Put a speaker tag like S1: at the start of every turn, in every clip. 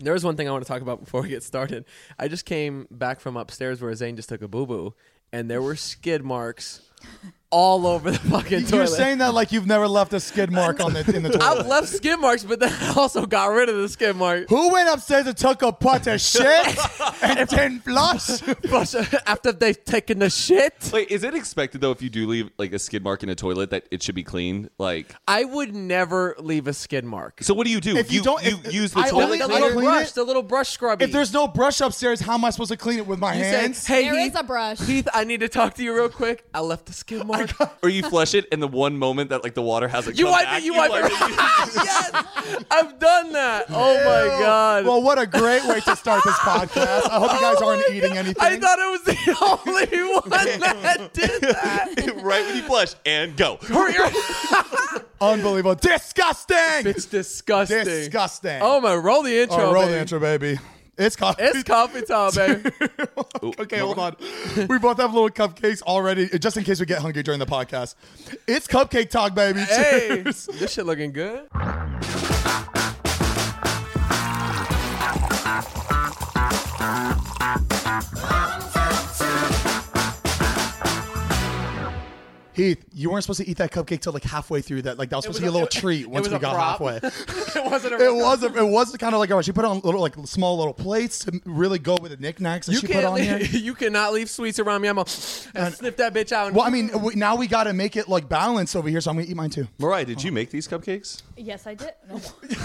S1: There is one thing I want to talk about before we get started. I just came back from upstairs where Zane just took a boo boo, and there were skid marks all over the fucking
S2: You're
S1: toilet.
S2: saying that like you've never left a skid mark on the in the
S1: I've
S2: toilet.
S1: left skid marks, but then I also got rid of the skid mark.
S2: Who went upstairs and took a pot of shit and then flush?
S1: But After they've taken the shit,
S3: Wait, is it expected though if you do leave like a skid mark in a toilet that it should be cleaned? Like,
S1: I would never leave a skid mark.
S3: so what do you do?
S2: If you don't- if- if-
S3: use the
S2: I
S1: The,
S3: toilet.
S2: only-
S1: the
S2: clean
S1: little
S2: it?
S1: brush, the little brush scrubby.
S2: If there's no brush upstairs, how am I supposed to clean it with my
S1: you say,
S2: hands?
S1: hey,
S4: There
S1: Heath,
S4: is a brush.
S1: Heath, I need to talk to you real quick. I left the skid mark.
S3: or you flush it, and the one moment that like the water hasn't
S1: You
S3: come
S1: wipe
S3: back,
S1: it. You wipe it. yes, I've done that. Oh my god.
S2: Well, what a great way to start this podcast. I hope you guys aren't eating anything.
S1: I thought it was the only one that did that.
S3: right when you flush and go.
S1: Hurry up.
S2: Unbelievable. Disgusting.
S1: It's disgusting.
S2: Disgusting.
S1: Oh my! Roll the intro.
S2: All right, roll the
S1: baby.
S2: intro, baby. It's called.
S1: It's coffee time, baby.
S2: okay, hold on. We both have little cupcakes already, just in case we get hungry during the podcast. It's cupcake talk, baby.
S1: hey,
S2: Cheers.
S1: this shit looking good.
S2: Heath, you weren't supposed to eat that cupcake till like halfway through that. Like that was supposed to be a little treat once
S1: was
S2: we
S1: a
S2: got
S1: prop.
S2: halfway.
S1: It wasn't. A
S2: It was a, it was kind of like a rush. She put on little like small little plates to really go with the knickknacks that
S1: You
S2: she put on here.
S1: can't. You cannot leave sweets around me. I'm gonna sniff that bitch out. and-
S2: Well, I mean, we, now we got to make it like balanced over here, so I'm gonna eat mine too.
S3: Mariah, did you make these cupcakes?
S4: Yes, I did. No,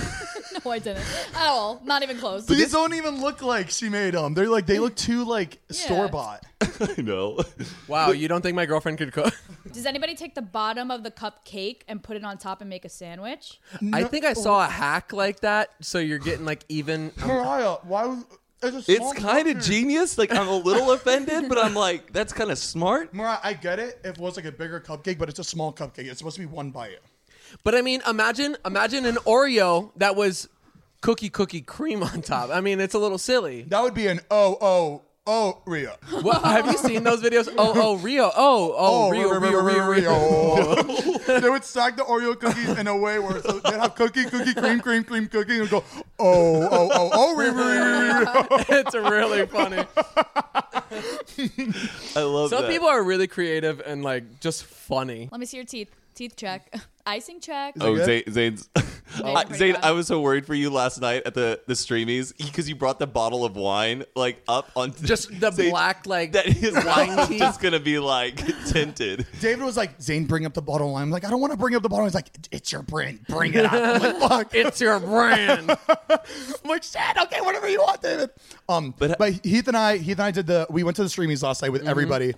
S4: no I didn't. At all. Not even close.
S2: These don't even look like she made them. They're like they look too like store bought.
S3: no.
S1: wow, you don't think my girlfriend could cook?
S4: Does anybody take the bottom of the cupcake and put it on top and make a sandwich?
S1: I think I saw a hack like that. So you're getting like even.
S2: Mariah, why? Was, it's a
S3: It's kind of genius. Like I'm a little offended, but I'm like, that's kind of smart.
S2: Mariah, I get it. If it was like a bigger cupcake, but it's a small cupcake. It's supposed to be one bite.
S1: But I mean, imagine imagine an Oreo that was cookie cookie cream on top. I mean, it's a little silly.
S2: That would be an oh oh oh Rio.
S1: What, have you seen those videos? Oh oh Rio. Oh oh, Rio, Rio Rio Rio.
S2: Rio. they would stack the Oreo cookies in a way where so they'd have cookie, cookie, cream, cream, cream, cookie, and go oh oh oh oh Rio Rio Rio. Rio.
S1: It's really funny.
S3: I love
S1: Some
S3: that.
S1: people are really creative and like just funny.
S4: Let me see your teeth. Teeth check. Icing check.
S3: Oh,
S2: good?
S3: Zane, Zane's. I,
S4: pretty
S3: Zane,
S4: bad.
S3: I was so worried for you last night at the the streamies because you brought the bottle of wine like up on
S1: Just the
S3: Zane-
S1: black like
S3: that his
S1: wine
S3: wine
S1: teeth.
S3: just gonna be like tinted.
S2: David was like, Zane, bring up the bottle. I'm like, I don't want to bring up the bottle. He's like, it's your brand. Bring it up. I'm like, fuck.
S1: It's your brand.
S2: I'm like, shit, okay, whatever you want, David. Um, but, Heath and I, Heath and I did the. We went to the streamies last night with everybody.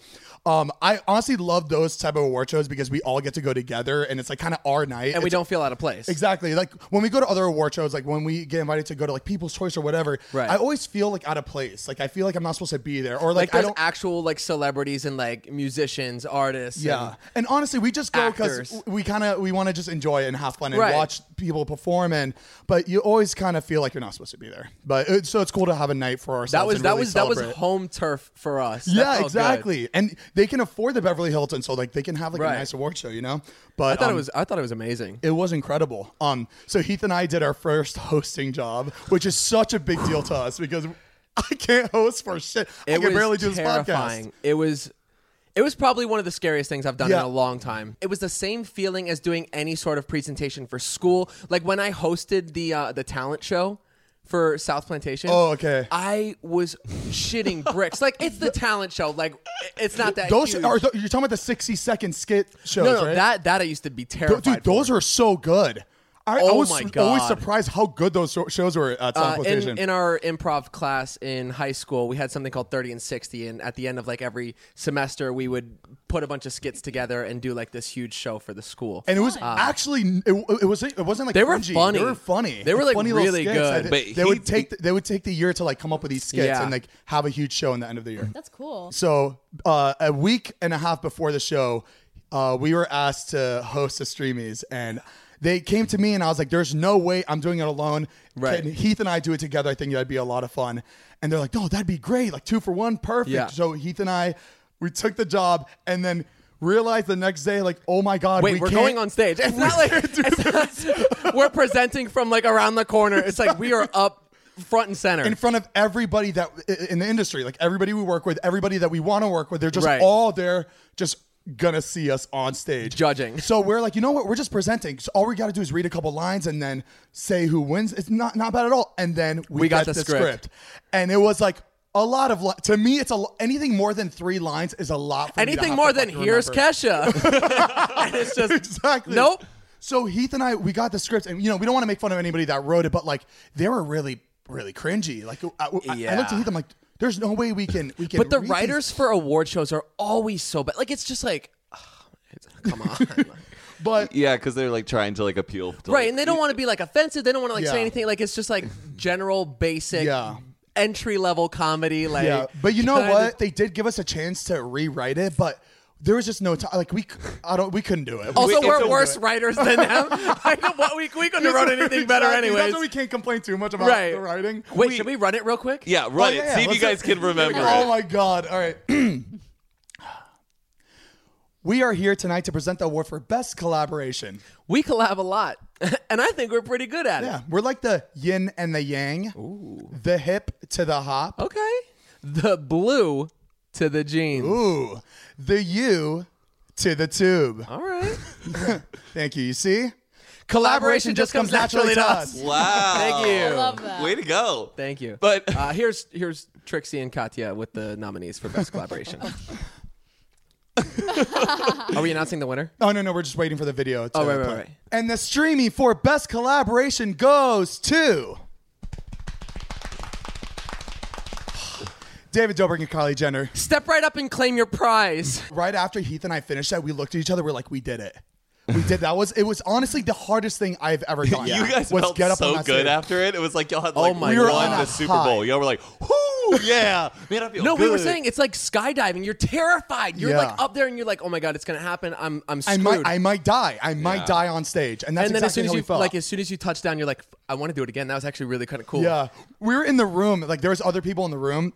S2: Um, I honestly love those type of award shows because we all get to go together, and it's like kind of our night.
S1: and we
S2: It's-
S1: don't feel out of place.
S2: Exactly. Like when we go to other award shows, like when we get invited to go to like People's Choice or whatever,
S1: Right.
S2: I always feel like out of place. Like I feel like I'm not supposed to be there, or
S1: Like
S2: like, I
S1: there's
S2: don't.
S1: actual like celebrities and like musicians, artists.
S2: Yeah,
S1: and-
S2: and honestly, we just go because
S1: Actors.
S2: we kind of we want to just enjoy it and have fun and
S1: Right.
S2: watch people perform. And but you always kind of feel like you're not supposed to be there. But it, so it's cool to have a night for ourselves.
S1: that was
S2: and
S1: that
S2: really
S1: was that
S2: celebrate.
S1: was home turf for us. That felt
S2: Yeah,
S1: good.
S2: exactly. And they can afford the Beverly Hilton, so like they can have like
S1: Right.
S2: a nice award show, you know. But
S1: I thought
S2: um,
S1: it was I thought it was amazing.
S2: It was incredible. Um, so Heath and I did our first hosting job, which is such a big deal to us because I can't host for shit. I
S1: It
S2: can
S1: was
S2: barely do this
S1: terrifying.
S2: podcast.
S1: It was it was probably one of the scariest things I've done in
S2: Yeah.
S1: a long time. It was the same feeling as doing any sort of presentation for school. Like when I hosted the uh, the talent show for South Plantation.
S2: Oh, okay.
S1: I was shitting bricks. Like it's the talent show. Like it's not that
S2: Those
S1: huge.
S2: are th- you're talking about the 60 second skit shows,
S1: no, no,
S2: right?
S1: that that I used to be
S2: Th-
S1: terrified.
S2: dude,
S1: for.
S2: those are so good. I, I
S1: Oh
S2: was
S1: my
S2: always
S1: God.
S2: surprised how good those so- shows were at
S1: Uh,
S2: South
S1: in,
S2: Plantation.
S1: in our improv class in high school, we had something called 30 and 60. And at the end of like every semester, we would put a bunch of skits together and do like this huge show for the school.
S2: and it was actually it, it was it wasn't like
S1: Ah. They were
S2: cringy.
S1: funny.
S2: They were funny.
S1: They were, like,
S2: funny little
S1: really
S2: skits. I
S1: good.
S2: did-
S3: But
S2: they
S3: he-
S2: would take the, they would take the year to like come up with these skits
S1: Yeah.
S2: and like have a huge show in the end of the year.
S4: That's cool.
S2: So uh, a week and a half before the show, uh, we were asked to host the streamies, and they came to me, and I was like, "There's no way I'm doing it alone.
S1: Right.
S2: Can Heath and I do it together? I think that'd be a lot of fun." And they're like, "No, that'd be great. Like two for one, perfect."
S1: Yeah.
S2: So Heath and I, we took the job, and then realized the next day, like, "Oh my god,
S1: Wait,
S2: we
S1: we are
S2: can't-
S1: going on stage. It's not like it's not- we're presenting from like around the corner. It's like we are up front and center.
S2: in front of everybody that i- in the industry, like everybody we work with, everybody that we want to work with. They're just
S1: Right.
S2: all there, just gonna see us on stage
S1: Judging.
S2: So we're like, you know what? We're just presenting. So all we got to do is read a couple lines and then say who wins. It's not not bad at all. And then we,
S1: We got
S2: get
S1: the script.
S2: and it was like. A lot of li- to me, it's a l- anything more than three lines is a lot. For me to
S1: Anything
S2: have
S1: more
S2: to
S1: than
S2: fucking
S1: here's
S2: remember."
S1: Kesha. and it's just
S2: exactly.
S1: Nope.
S2: So Heath and I, we got the script, and you know, we don't want to make fun of anybody that wrote it, but like they were really, really cringy. Like I, I, I looked
S1: Yeah.
S2: at Heath, I'm like, there's no way we can, we can.
S1: But the
S2: read these-
S1: writers for award shows are always so bad. Like it's just like, ugh, it's- come on.
S2: but
S3: Yeah, because they're like trying to like appeal. To,
S1: right,
S3: like-
S1: and they don't want to be like offensive. They don't want to like
S2: Yeah.
S1: say anything. Like it's just like general basic
S2: Yeah.
S1: entry level comedy. Like,
S2: yeah, but you know
S1: kinda-
S2: what? They did give us a chance to rewrite it, but there was just no time. Like we, c- I don't, we couldn't do it.
S1: Also,
S3: It's
S1: we're
S3: a-
S1: worse writers than them. I know what we we couldn't have wrote anything better
S2: Exactly.
S1: anyways.
S2: That's why we can't complain too much about
S1: right.
S2: the writing.
S1: Wait, should we run it real quick?
S3: Yeah, run
S2: Oh,
S3: it.
S2: yeah, yeah.
S3: See if you
S2: Let's
S3: guys
S2: do-
S3: can remember.
S2: Oh
S3: it.
S2: my god! All right. we are here tonight to present the award for best collaboration.
S1: We collab a lot, and I think we're pretty good at
S2: Yeah,
S1: it.
S2: we're like the yin and the yang, the hip to the hop,
S1: Okay. The blue to the jeans.
S2: ooh, the you to the tube.
S1: All right.
S2: Thank you. You see,
S1: Collaboration just comes naturally to
S3: Oh
S1: us.
S3: Wow.
S1: Thank you.
S4: I love that.
S3: Way to go.
S1: Thank you.
S3: But-
S1: uh, here's here's Trixie and Katya with the nominees for best collaboration. Are we announcing the winner?
S2: Oh no, no, we're just waiting for the video. To
S1: Oh, right, right,
S2: play.
S1: right.
S2: And the streaming for best collaboration goes to. David Dobrik and Kylie Jenner.
S1: Step right up and claim your prize.
S2: Right after Heath and I finished that, we looked at each other. We're like, "We did it. We did that." Was it was honestly the hardest thing I've ever done.
S3: You guys
S2: was
S3: felt
S2: get up
S3: so
S2: on that
S3: good
S2: stage.
S3: after it. It was like y'all had
S1: Oh
S3: like
S1: my
S3: we
S1: God.
S3: won
S1: On
S3: the
S1: a
S3: Super
S2: high.
S3: Bowl. Y'all were like, "Whoo, yeah!" Man, I feel
S1: No, we were
S3: good."
S1: saying it's like skydiving. You're terrified. You're
S2: Yeah.
S1: like up there and you're like, oh my god, it's gonna happen. I'm I'm
S2: I
S1: screwed.
S2: might, I might die. I might
S3: Yeah.
S2: die on stage, and that's
S1: and then as
S2: exactly
S1: soon as
S2: how
S1: you
S2: we felt.
S1: like, as soon as you touch down, you're like, I want to do it again. That was actually really kind of cool.
S2: yeah, we were in the room. Like there was other people in the room.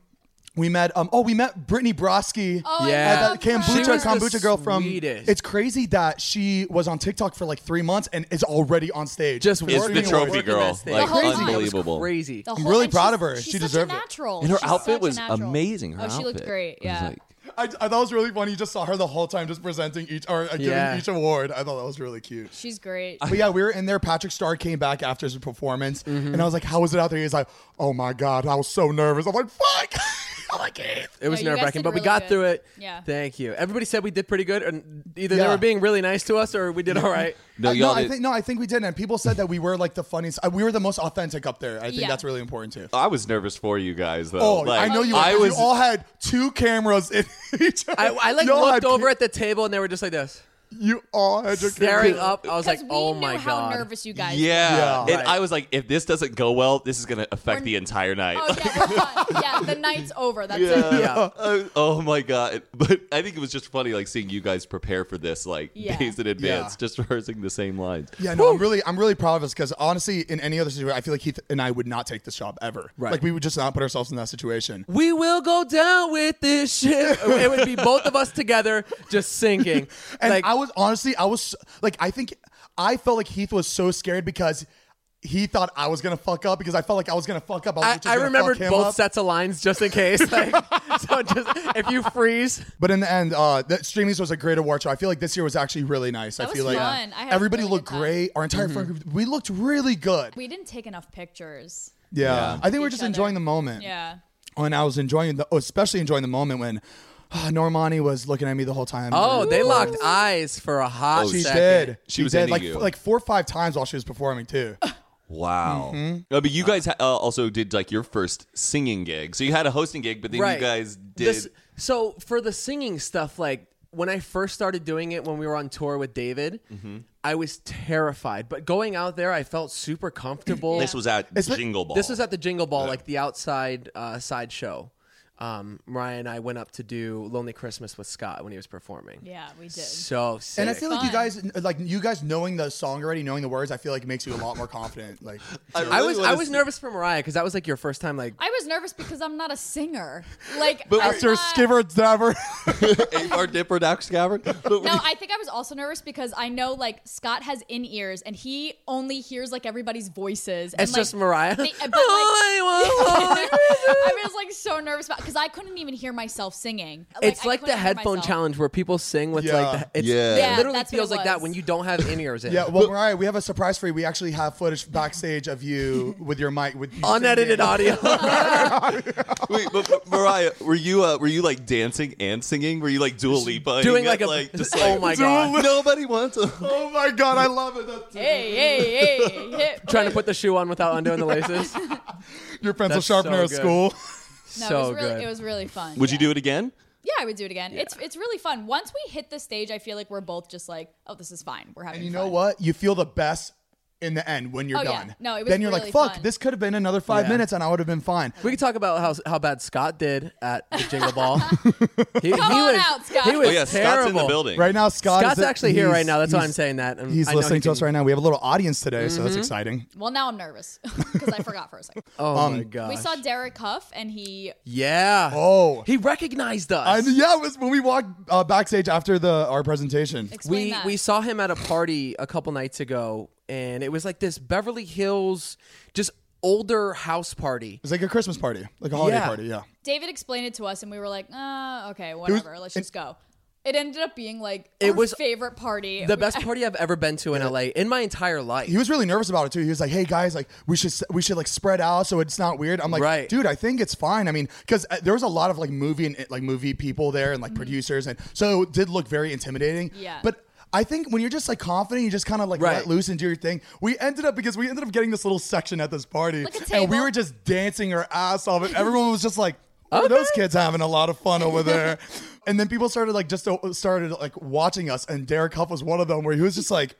S2: We met. Um. Oh, we met Brittany Broski.
S4: Oh, I
S1: Yeah.
S2: at
S4: love
S2: that
S4: her.
S1: She
S2: kombucha,
S1: was the
S2: kombucha girl from.
S1: sweetest.
S2: It's crazy that she was on TikTok for like three months and is already on stage.
S1: just
S3: It's
S1: working
S3: the
S1: and
S3: trophy
S1: working
S3: girl.
S1: that thing.
S3: Like,
S4: The whole
S1: That was
S3: unbelievable.
S1: crazy.
S4: The
S2: I'm really
S4: and
S2: proud
S4: she's-
S2: of her.
S4: She's
S2: She
S4: such
S2: deserved it.
S4: a natural.
S3: and her
S4: She's such
S3: outfit
S4: a
S3: was
S4: natural.
S3: amazing. Her
S4: oh, she looked
S3: outfit.
S4: great.
S3: It was
S4: Yeah.
S3: like-
S2: I, I thought it was really funny. Just saw her the whole time, just presenting each or uh, giving
S1: Yeah.
S2: each award. I thought that was really cute.
S4: She's great.
S2: But yeah, we were in there. Patrick Starr came back after his performance, and I was like, "How was it out there?" He was like, "Oh my god, I was so nervous." I'm like, "Fuck!" I'm like, "Eh."
S1: It was
S4: you guys
S1: nerve wracking,
S4: did
S1: but we
S4: really
S1: got
S4: good.
S1: through it.
S4: Yeah.
S1: Thank you. Everybody said we did pretty good, and either
S2: Yeah.
S1: they were being really nice to us or we did all right.
S3: No,
S2: Uh,
S3: y'all
S2: I
S3: did-
S2: think no, I think we did, and people said that we were like the funniest. uh, we were the most authentic up there. I think
S4: Yeah.
S2: that's really important too.
S3: I was nervous for you guys though.
S2: Oh,
S3: Like,
S2: I know you. Were,
S3: I
S2: You
S3: was.
S2: all had two cameras in each.
S1: I, I like
S2: Y'all
S1: looked
S2: had-
S1: over at the table and they were just like this,
S2: You all had your
S1: staring
S2: cameras.
S1: up. I was like,
S4: Because we
S1: oh
S4: knew
S1: my
S4: how
S1: god.
S4: nervous you guys.
S3: yeah,
S2: Yeah.
S3: and I was like, if this doesn't go well, this is gonna affect
S4: We're-
S3: the entire night.
S4: were. Oh yeah, we're done. yeah. The night's over. That's
S3: Yeah.
S4: it.
S1: Yeah.
S3: Uh, oh my god! But I think it was just funny, like seeing you guys prepare for this, like
S4: Yeah.
S3: days in advance,
S2: Yeah.
S3: just rehearsing the same lines.
S2: Yeah, no, I'm really, I'm really proud of us because honestly, in any other situation, I feel like Heath and I would not take this job ever.
S1: Right.
S2: Like we would just not put ourselves in that situation.
S1: We will go down with this ship. it would be both of us together just sinking.
S2: And
S1: like
S2: I was honestly, I was like, I think I felt like Heath was so scared because he thought I was gonna fuck up because I felt like I was gonna fuck up. was
S1: I,
S2: just
S1: I
S2: gonna
S1: remembered
S2: fuck him
S1: both
S2: up.
S1: sets of lines just in case. Like, so just if you freeze,
S2: But in the end, uh, that streamings was a great award show. I feel like this year was actually really nice. I
S4: That
S2: feel
S4: was
S2: like
S4: fun. I had a
S2: everybody
S4: really
S2: looked
S4: good time.
S2: great. Our entire friend
S1: Mm-hmm.
S2: group, we looked really good.
S4: We didn't take enough pictures.
S2: yeah. I think we we're
S4: Each
S2: just
S4: other.
S2: enjoying the moment.
S4: Yeah.
S2: And I was enjoying the, oh, especially enjoying the moment when ah, Normani was looking at me the whole time.
S1: oh, they locked eyes for a hot
S2: she
S1: second.
S2: did.
S3: She was
S2: did
S3: into
S2: like
S3: you.
S2: f- like four or five times while she was performing too.
S3: Wow!
S1: Mm-hmm.
S3: No, but you guys ha- uh, also did like your first singing gig, so you had a hosting gig, but then you guys did.
S1: This- so for the singing stuff, like when I first started doing it when we were on tour with David,
S3: Mm-hmm.
S1: I was terrified. But going out there, I felt super comfortable.
S3: This was at
S2: It's-
S3: Jingle Ball.
S1: This was at the Jingle Ball, like the outside uh, side show. um, Ryan and I went up to do Lonely Christmas with Scott when he was performing.
S4: Yeah, we did.
S1: So sick.
S2: And I feel like you
S4: Fun.
S2: guys, like you guys knowing the song already, knowing the words, I feel like it makes you a lot more confident. Like,
S1: I
S3: really
S1: was
S3: wanna
S1: I was
S3: see-
S1: nervous for Mariah because that was like your first time like
S4: I was nervous because I'm not a singer. Like
S3: But
S4: I'm
S3: after
S4: not-
S2: Dabber.
S3: our dipper doc scabbard. But we-
S4: No, I think I was also nervous because I know like Scott has in ears and he only hears like everybody's voices. And,
S1: it's
S4: like,
S1: just Mariah. Oh,
S4: they- but, like- I was like so nervous about because I couldn't even hear myself singing.
S1: it's
S4: I
S1: like the
S4: couldn't hear
S1: headphone
S4: myself.
S1: challenge where people sing with
S2: Yeah.
S1: like the, it's,
S3: Yeah.
S1: it
S3: Yeah,
S1: literally
S4: that's what
S1: feels
S4: it
S1: like that
S4: was.
S1: when you don't have in ears in.
S2: yeah, well, Mariah, we have a surprise for you. We actually have footage backstage of you with your mic with you
S1: unedited
S2: singing.
S1: audio.
S3: Wait, but, but Mariah, were you uh, were you like dancing and singing? Were you like Dua Lipa?
S1: doing like a oh my god,
S3: Nobody wants. A-
S2: Oh my god, I love it. That's,
S4: Hey, hey, hey, hey.
S1: trying to put the shoe on without undoing the laces.
S2: your pencil
S1: That's
S2: sharpener
S1: so
S2: at
S1: good.
S2: school.
S1: so
S4: No, it was really
S1: good.
S4: it was really fun.
S3: Would
S4: yeah.
S3: you do it again?
S4: Yeah, I would do it again. It's it's really fun. Once we hit the stage, I feel like we're both just like, oh, this is fine. We're having
S2: And you
S4: fun.
S2: know what? You feel the best in the end when you're
S4: Oh, yeah.
S2: done.
S4: No, it was
S2: then you're
S4: really
S2: like, fuck,
S4: fun.
S2: this could have been another five
S1: Yeah.
S2: minutes and I would have been fine.
S1: we could talk about how how bad Scott did at the Jingle Ball. he,
S4: Come
S1: he
S4: on
S1: was,
S4: out, Scott.
S1: He was
S3: Oh yeah, Scott's in the
S1: terrible.
S3: building
S2: Right now, Scott
S1: Scott's
S2: is
S1: actually here right
S2: he's-
S1: now. That's why
S2: he's-
S1: I'm saying that. And
S2: He's
S1: I know he
S2: listening to us
S1: can- Mm-hmm.
S2: right now. We have a little audience today, so that's exciting.
S4: Well, now I'm nervous because I forgot for a second.
S1: Oh
S2: Um,
S1: my god.
S4: We saw Derek Huff, and he
S1: Yeah.
S2: Oh.
S1: He recognized us.
S2: And yeah, it was when we walked uh, backstage after the our presentation.
S4: explained
S1: we
S4: that.
S1: we saw him at a party a couple nights ago and it was like this Beverly Hills just older house party.
S2: It's like a Christmas party, like a holiday
S1: Yeah.
S2: party. Yeah.
S4: David explained it to us, and we were like, uh, okay, whatever. Let's just go. It ended up being like
S1: It
S4: our
S1: was
S4: favorite party.
S1: The
S4: We-
S1: best party I've ever been to in LA in my entire life.
S2: He was really nervous about it too. He was like, "Hey guys, like we should we should like spread out so it's not weird." I'm like,
S1: Right.
S2: "Dude, I think it's fine." I mean, because there was a lot of like movie and like movie people there and like producers, and so it did look very intimidating.
S4: Mm-hmm. Yeah.
S2: but. I think when you're just like confident, you just kind of like
S1: Right.
S2: let loose and do your thing. We ended up because we ended up getting this little section at this party,
S4: Like a
S2: and we
S4: table.
S2: were just dancing our ass off, and everyone was just like, "Oh, those kids having a lot of fun over there." and then people started like just uh, started like watching us, and Derek Huff was one of them where he was just like,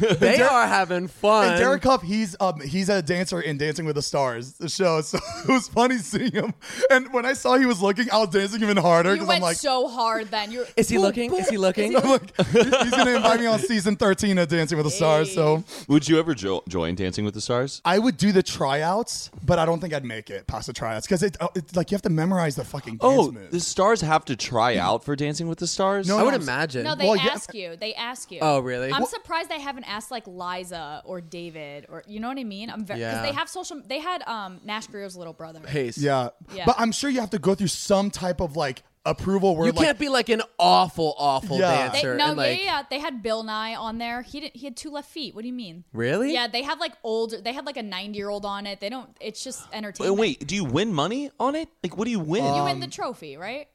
S1: they are having fun.
S2: and Derek Huff, he's um, he's a dancer in Dancing with the Stars, the show. So it was funny seeing him. And when I saw he was looking, I was dancing even harder
S4: you
S2: because I'm
S4: went
S2: like,
S4: so hard then. You're,
S1: is he looking? Is he looking?
S2: I'm like, he's gonna invite me on season 13 of Dancing with the Stars. So
S3: Would you ever jo- join Dancing with the Stars?
S2: I would do the tryouts, but I don't think I'd make it past the tryouts because it, uh, it's like you have to memorize the fucking dance
S3: Oh,
S2: moves.
S3: the stars have to try out for Dancing with the Stars.
S1: I
S2: No,
S1: would
S2: I'm-
S1: imagine.
S4: no, they
S2: Well, yeah.
S4: ask you. They ask you.
S1: Oh, really?
S4: I'm
S1: Well-
S4: surprised they haven't asked like Liza or David or you know what I mean. I'm very
S1: Yeah.
S4: because they have social. They had um Nash Greer's little brother.
S1: Pace.
S2: yeah.
S4: Yeah.
S2: but I'm sure you have to go through some type of like approval where
S1: You
S2: like
S1: can't be like an awful, awful
S2: Yeah.
S4: They,
S1: dancer.
S4: no,
S1: and like,
S4: yeah, yeah, yeah. They had Bill Nye on there. He didn't. He had two left feet. What do you mean?
S1: Really?
S4: Yeah, they had like older. They had like a 90 year old on it. They don't. It's just
S3: Wait,
S4: entertainment.
S3: Uh, wait, do you win money on it? Like, what do you win?
S4: you
S2: Um,
S4: win the trophy, right?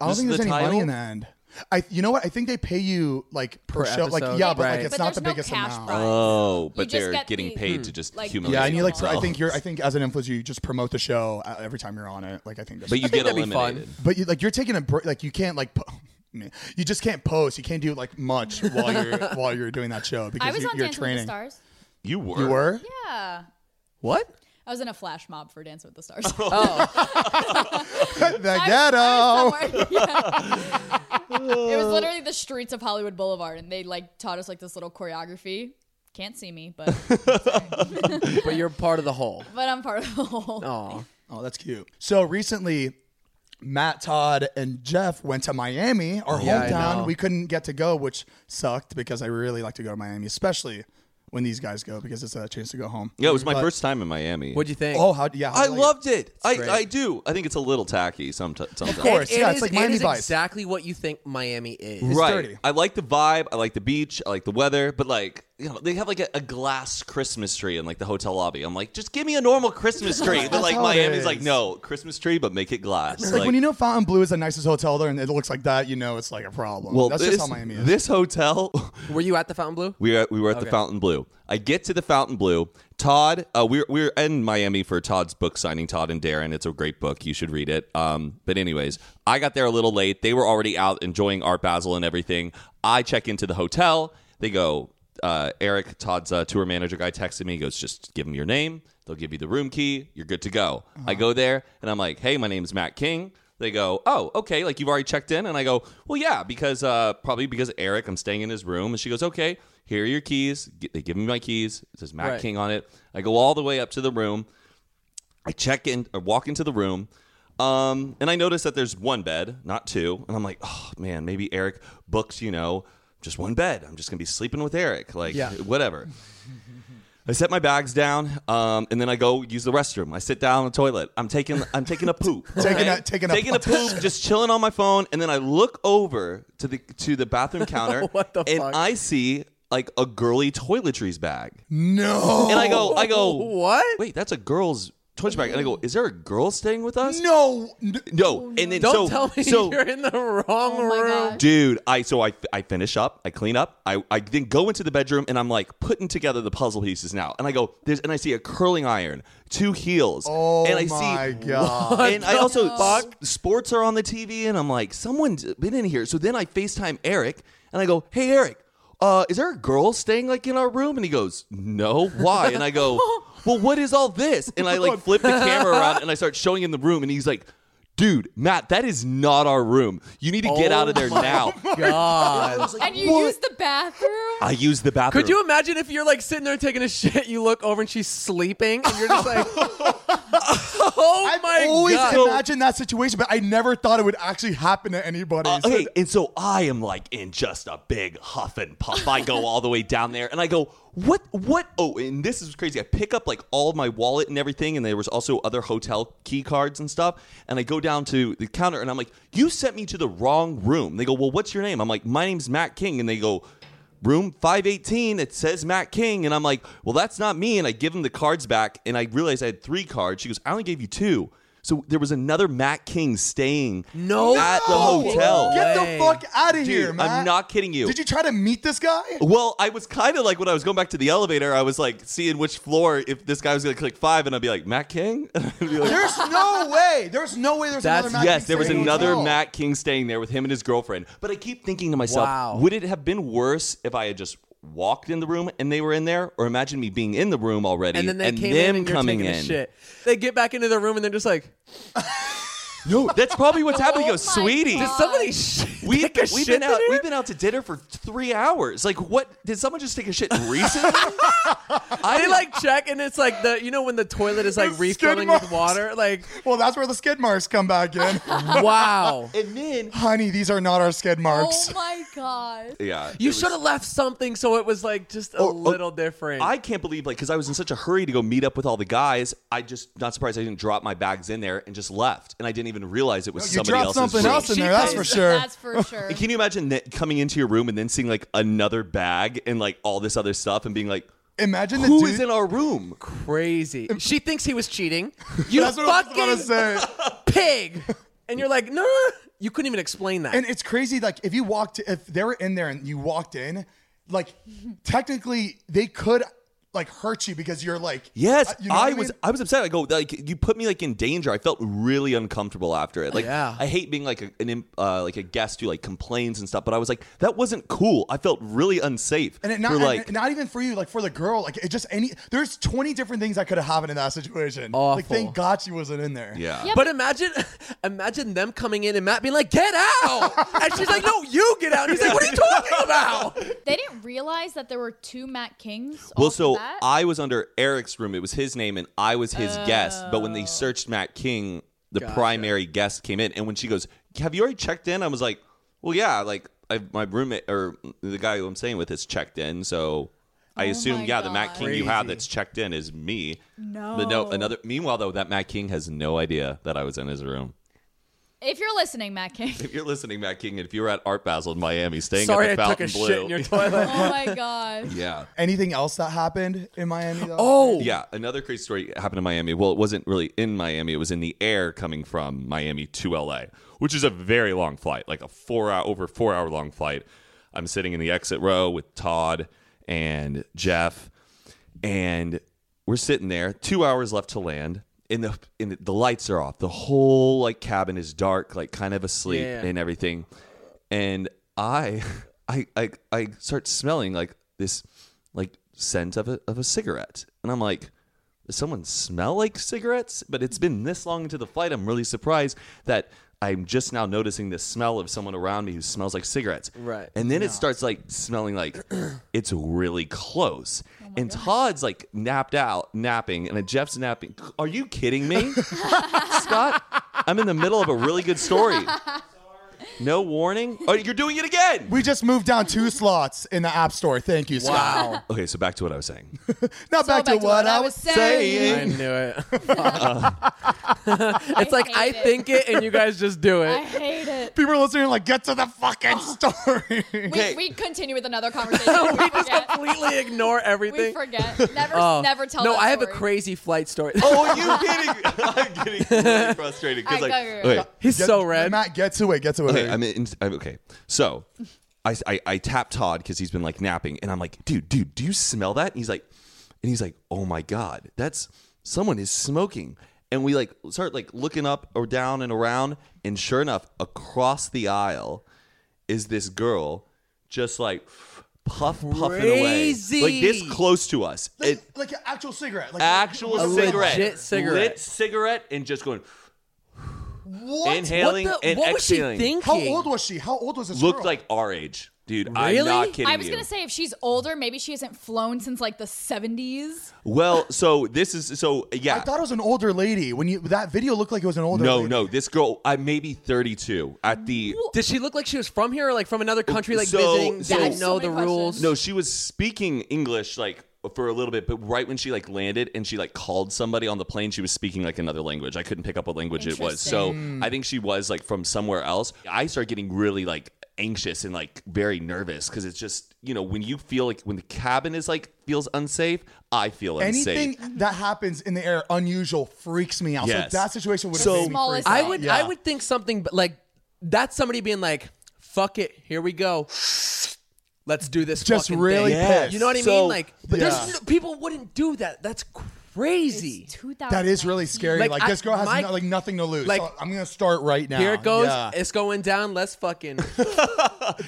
S2: I don't
S3: This
S2: think
S3: is
S2: there's
S3: the
S2: any
S3: title?
S2: money in the end. I, you know what? I think they pay you like
S1: Per
S2: per, show.
S1: episode,
S2: Like, yeah, but
S1: right.
S2: like it's
S4: But
S2: not
S4: there's
S2: the
S4: no
S2: biggest
S4: cash
S2: amount.
S4: prize.
S3: oh, but
S4: just
S3: they're
S4: get
S3: getting
S4: the-
S3: paid to just
S4: like-
S3: humiliate.
S2: Yeah, and you like.
S4: Well.
S2: I think you're. I think as an influencer, you just promote the show uh, every time you're on it. Like I think. That's
S3: Oh. but you get
S1: that'd be fun.
S3: eliminated.
S2: But you like you're taking a break. Like you can't like. Po- you just can't post. You can't do like much while you're while you're doing that show because
S4: I was
S2: you,
S4: on
S2: you're
S4: Dancing
S2: training.
S4: with the Stars.
S3: You were.
S2: You were.
S4: Yeah.
S1: what?
S4: I was in a flash mob for Dancing with the Stars.
S2: the
S4: I was-
S2: ghetto.
S4: I was somewhere- yeah. it was literally the streets of Hollywood Boulevard, and they like taught us like this little choreography. Can't see me, but
S1: But you're part of the whole.
S4: but I'm part of the whole.
S1: Oh.
S2: Oh, that's cute. So recently, Matt Todd and Jeff went to Miami, our
S1: Yeah, I know.
S2: hometown. We couldn't get to go, which sucked because I really like to go to Miami, especially when these guys go because it's a chance to go home.
S3: Yeah, it was my first time in Miami.
S1: What'd you think?
S2: Oh, how yeah! how
S3: I
S2: do you like
S3: loved it. I,
S1: great.
S3: I do. I think it's a little tacky somet- sometimes.
S2: course. yeah, it's like
S1: it
S2: Miami
S1: is
S2: Vice.
S1: exactly what you think Miami is.
S3: right.
S2: dirty.
S3: I like the vibe. I like the beach. I like the weather. But like, you know, they have like a, a glass Christmas tree in like the hotel lobby. I'm like, just give me a normal Christmas tree. But like
S2: how it
S3: Miami's like,
S2: is.
S3: no Christmas tree, but make it glass.
S2: It's like, when you know Fontainebleau is the nicest hotel there, and it looks like that, you know it's like a problem.
S3: well,
S2: that's
S3: this,
S2: just how Miami is.
S3: This hotel,
S1: Were you at the Fountain Blue?
S3: We are, we were at the
S1: Okay.
S3: Fountain Blue. I get to the Fountain Blue. Todd, uh, we're we're in Miami for Todd's book signing. Todd and Darren, it's a great book. You should read it. Um, but anyways, I got there a little late. They were already out enjoying Art Basel and everything. I check into the hotel. They go. Uh, Eric, Todd's uh, tour manager guy, texted me. He goes, "Just give him your name. They'll give you the room key. You're good to go. I go there and I'm like, hey, my name's Matt King. They go, oh, okay, like you've already checked in. And I go, well, yeah, because uh, probably because of Eric, I'm staying in his room. And she goes, okay, here are your keys. G- They give me my keys. It says Matt
S1: Right.
S3: King on it. I go all the way up to the room. I check in or walk into the room. Um, and I notice that there's one bed, not two. And I'm like, oh man, maybe Eric books, you know, just one bed. I'm just gonna be sleeping with Eric. Like
S1: Yeah.
S3: whatever. I set my bags down, um, and then I go use the restroom. I sit down on the toilet. I'm taking I'm taking a poop.
S2: Taking
S3: okay?
S2: a- taking a-
S3: poop, just chilling on my phone, and then I look over to the to the bathroom counter
S1: What the
S3: and
S1: fuck?
S3: I see like a girly toiletries bag.
S2: No.
S3: And I go, I go,
S1: What?
S3: Oh. Wait, that's a girl's toilet bag. And I go, is there a girl staying with us?
S2: No. N-
S3: No. And then
S1: Don't
S3: so,
S1: tell me
S3: so
S1: you're in the wrong
S4: Oh my
S1: room.
S4: God.
S3: dude, I so I I finish up, I clean up, I I then go into the bedroom and I'm like putting together the puzzle pieces now. And I go, there's and I see a curling iron, two heels,
S2: Oh
S3: and I
S2: my
S3: see
S2: god.
S3: Uh, and I also s- sports are on the TV, and I'm like, someone's been in here. So then I Facetime Eric, and I go, "Hey Eric, uh, is there a girl staying like in our room?" And he goes, "No, why?" And I go, "Well, what is all this?" And I like flip the camera around, and I start showing him the room, and he's like. Dude, Matt, that is not our room. You need to get out of there now.
S1: Oh God.
S4: and you
S3: What?
S4: use the bathroom.
S3: I use the bathroom.
S1: Could you imagine if you're like sitting there taking a shit, you look over and she's sleeping, and you're just like, "Oh
S2: I've
S1: my
S2: always
S1: god!"
S2: imagined that situation, but I never thought it would actually happen to anybody.
S3: Uh,
S2: So-
S3: hey, and so I am like in just a big huff and puff. I go all the way down there and I go, what, what? Oh, and this is crazy. I pick up like all my wallet and everything, and there was also other hotel key cards and stuff. And I go down to the counter and I'm like, you sent me to the wrong room. They go, well, what's your name? I'm like, my name's Matt King. And they go, room 518 it says matt king and i'm like well that's not me and i give him the cards back and i realize i had three cards she goes i only gave you two so there was another matt king staying
S1: No
S3: at the
S1: fucking
S3: hotel
S2: Get
S1: way.
S2: the fuck out of
S3: Dude,
S2: here, man.
S3: i'm not kidding you
S2: Did you try to meet this guy?
S3: well, I was kind of like when I was going back to the elevator, I was like seeing which floor if this guy was going to click five, and I'd be like Matt King. And I'd be like,
S2: There's no way. There's no way. There's
S1: That's-
S2: another Matt.
S3: yes,
S2: King
S3: there was
S2: staying in the
S3: another
S2: hotel.
S3: Matt King staying there with him and his girlfriend. But I keep thinking to myself,
S1: Wow.
S3: would it have been worse if I had just walked in the room and they were in there, or imagine me being in the room already
S1: And then they came
S3: them
S1: in and you're
S3: coming
S1: taking
S3: in?
S1: a shit. They get back into their room and they're just like,
S3: No, that's probably what's happening. He
S4: Oh
S3: goes,
S4: my
S3: sweetie.
S1: "Did
S4: God.
S1: somebody sh-
S3: We've,
S1: take a
S3: we've
S1: shit
S3: been out.
S1: in here?"
S3: We've been out to dinner for three hours. Like, what? Did someone just take a shit recently? I
S1: They like check and it's like the you know when the toilet is like
S2: The skid
S1: refilling with
S2: marks.
S1: water, like
S2: Well, that's where the skid marks come back in.
S1: wow.
S3: And then,
S2: Honey, these are not our skid marks.
S4: Oh my god.
S3: yeah,
S1: You
S3: it was- Oh,
S1: should have left something so it was like just a little different.
S3: I can't believe like because I was in such a hurry to go meet up with all the guys. I just not surprised I didn't drop my bags in there and just left, and I didn't even realize it was
S2: you
S3: somebody
S2: dropped
S3: else's.
S2: something
S3: room.
S2: else in
S1: She
S2: there, that's
S1: does.
S2: for sure.
S4: That's for sure.
S3: Can you imagine that coming into your room and then seeing like another bag and like all this other stuff and being like,
S2: Imagine the
S3: "Who
S2: dude. uh,
S3: is in our room?"
S1: Crazy. She thinks he was cheating. You
S2: that's what
S1: fucking
S2: I was gonna say.
S1: pig. And you're like, no, no, no." you couldn't even explain that.
S2: And it's crazy. Like if you walked, if they were in there and you walked in, like technically they could like hurt you because you're like
S3: Yes,
S2: uh, you know what
S3: I,
S2: mean?
S3: was. I was upset. I go like you put me like in danger. I felt really uncomfortable after it. Like
S1: Yeah.
S3: I hate being like a, an im- uh, like a guest who like complains and stuff. But I was like that wasn't cool. I felt really unsafe.
S2: And it not
S3: for,
S2: and
S3: like
S2: it- not even for you, like for the girl, like it just any. There's 20 different things that could have happened in that situation. Like
S1: Awful.
S2: thank God she wasn't in there.
S3: yeah.
S1: but imagine, imagine them coming in and Matt being like, "Get out!" and she's like, "No, you get out." And he's like, "What are you talking about?"
S4: They didn't realize that there were two Matt Kings.
S3: Well,
S4: off the
S3: so
S4: bat.
S3: I was under Eric's room. It was his name, and I was his guest. But when
S4: Oh.
S3: they searched Matt King, the primary guest came in, and when she goes, "Have you already checked in?" I was like, "Well, yeah. Like I, my roommate or the guy who I'm staying with is checked in, so." I
S4: Oh
S3: assume,
S4: my
S3: yeah, the Matt
S4: God.
S3: King you have
S1: Crazy.
S3: that's checked in is me. But no,
S4: No.
S3: another. Meanwhile, though, that Matt King has no idea that I was in his room.
S4: if you're listening, Matt King.
S3: If you're listening, Matt King, and if you were at Art Basel in Miami, staying
S1: Sorry,
S3: at
S1: I
S3: the
S1: took
S3: Fountain
S1: a
S3: Blue,
S1: shit in your toilet.
S4: Oh my god.
S3: yeah,
S2: Anything else that happened in Miami? Though?
S1: oh,
S3: Yeah, another crazy story happened in Miami. Well, it wasn't really in Miami. It was in the air coming from Miami to LA, which is a very long flight, like a four hour over four hour long flight. I'm sitting in the exit row with Todd and Jeff, and we're sitting there. Two hours left to land. And the and the- the lights are off. The whole like cabin is dark, like kind of asleep
S1: Yeah.
S3: and everything. And I, I, I, I start smelling like this, like scent of a of a cigarette, and I'm like, does someone smell like cigarettes? But it's been this long into the flight. I'm really surprised that I'm just now noticing the smell of someone around me who smells like cigarettes.
S1: Right.
S3: And then it starts like smelling like it's really close.
S1: Oh
S3: and Todd's like napped out, napping, and then Jeff's napping. Are you kidding me? Scott, I'm in the middle of a really good story. No warning. Oh, you're doing it again.
S2: We just moved down two slots in the app store. Thank you, Scott.
S1: Wow.
S3: Okay, so back to what I was saying.
S2: Now
S4: So
S2: back, to, what I was.
S3: saying.
S1: I knew it. it's like I
S4: Uh, hate it.
S1: think it and you guys just do
S4: I
S1: it.
S4: hate it.
S2: People are listening. Like, get to the fucking story.
S4: We, we continue with another conversation. We, forget.
S1: Completely ignore
S4: we
S1: everything.
S4: forget. Never,
S1: Oh.
S4: never tell.
S1: No,
S4: that
S1: I have a
S4: story.
S1: crazy flight story.
S3: Oh, are you kidding? I'm getting really frustrated because
S4: All
S3: like,
S4: right, go, go, go.
S3: okay,
S1: He's
S2: Get-
S1: so red.
S2: Matt, get to it. Get to it.
S3: okay, I'm, in, I'm okay. So, I I, I tap Todd because he's been like napping, and I'm like, dude, dude, do you smell that? And he's like, and he's like, oh my god, that's someone is smoking. And we like start like looking up or down and around, and sure enough, across the aisle is this girl, just like puff puffing
S1: Crazy.
S3: away, like this close to us. It-
S2: like an actual cigarette. Like
S3: actual
S1: A
S3: cigarette,
S1: legit cigarette.
S3: lit cigarette, and just going
S2: What?
S1: what
S3: inhaling
S1: the,
S3: and
S1: what was she
S3: exhaling.
S1: thinking?
S2: How old was she? How old was this
S3: Looked
S2: girl?
S3: like our age, dude. I'm
S1: Really?
S3: not kidding
S4: I was
S3: you.
S4: gonna say if she's older, maybe she hasn't flown since like the seventies.
S3: well, so this is so yeah.
S2: I thought it was an older lady. When you that video looked like it was an older.
S3: no,
S2: lady.
S3: no, this girl, I maybe 32 at the.
S1: Did she look like she was from here or like from another country, like
S3: So-
S1: visiting?
S3: so-
S1: didn't know
S4: So
S1: the
S4: many questions.
S1: rules.
S3: No, she was speaking English like for a little bit, but right when she like landed and she like called somebody on the plane, she was speaking like another language. I couldn't pick up what language it was. So I think she was like from somewhere else. I started getting really like anxious and like very nervous because it's just you know when you feel like when the cabin is like feels unsafe, I feel unsafe.
S2: Anything that happens in the air unusual freaks me out.
S3: Yes.
S2: So that situation would have
S3: So-
S2: made me freak
S4: Smallest
S1: I
S4: Yeah.
S2: out.
S1: would
S2: Yeah.
S1: I would think something but like that's somebody being like, "Fuck it, here we go. Let's do this."
S2: Just
S1: fucking
S2: really
S1: thing."
S3: Yes. pissed.
S1: You know what I
S3: So-
S1: mean? Like, but
S2: Yeah.
S1: there's no, people wouldn't do that. That's crazy.
S2: That is really scary.
S1: Like,
S2: Like,
S1: I-
S2: this girl has
S1: my-
S2: no- like nothing to lose.
S1: like-
S2: so I'm gonna start right now.
S1: Here it goes.
S2: Yeah.
S1: It's going down. Let's fucking.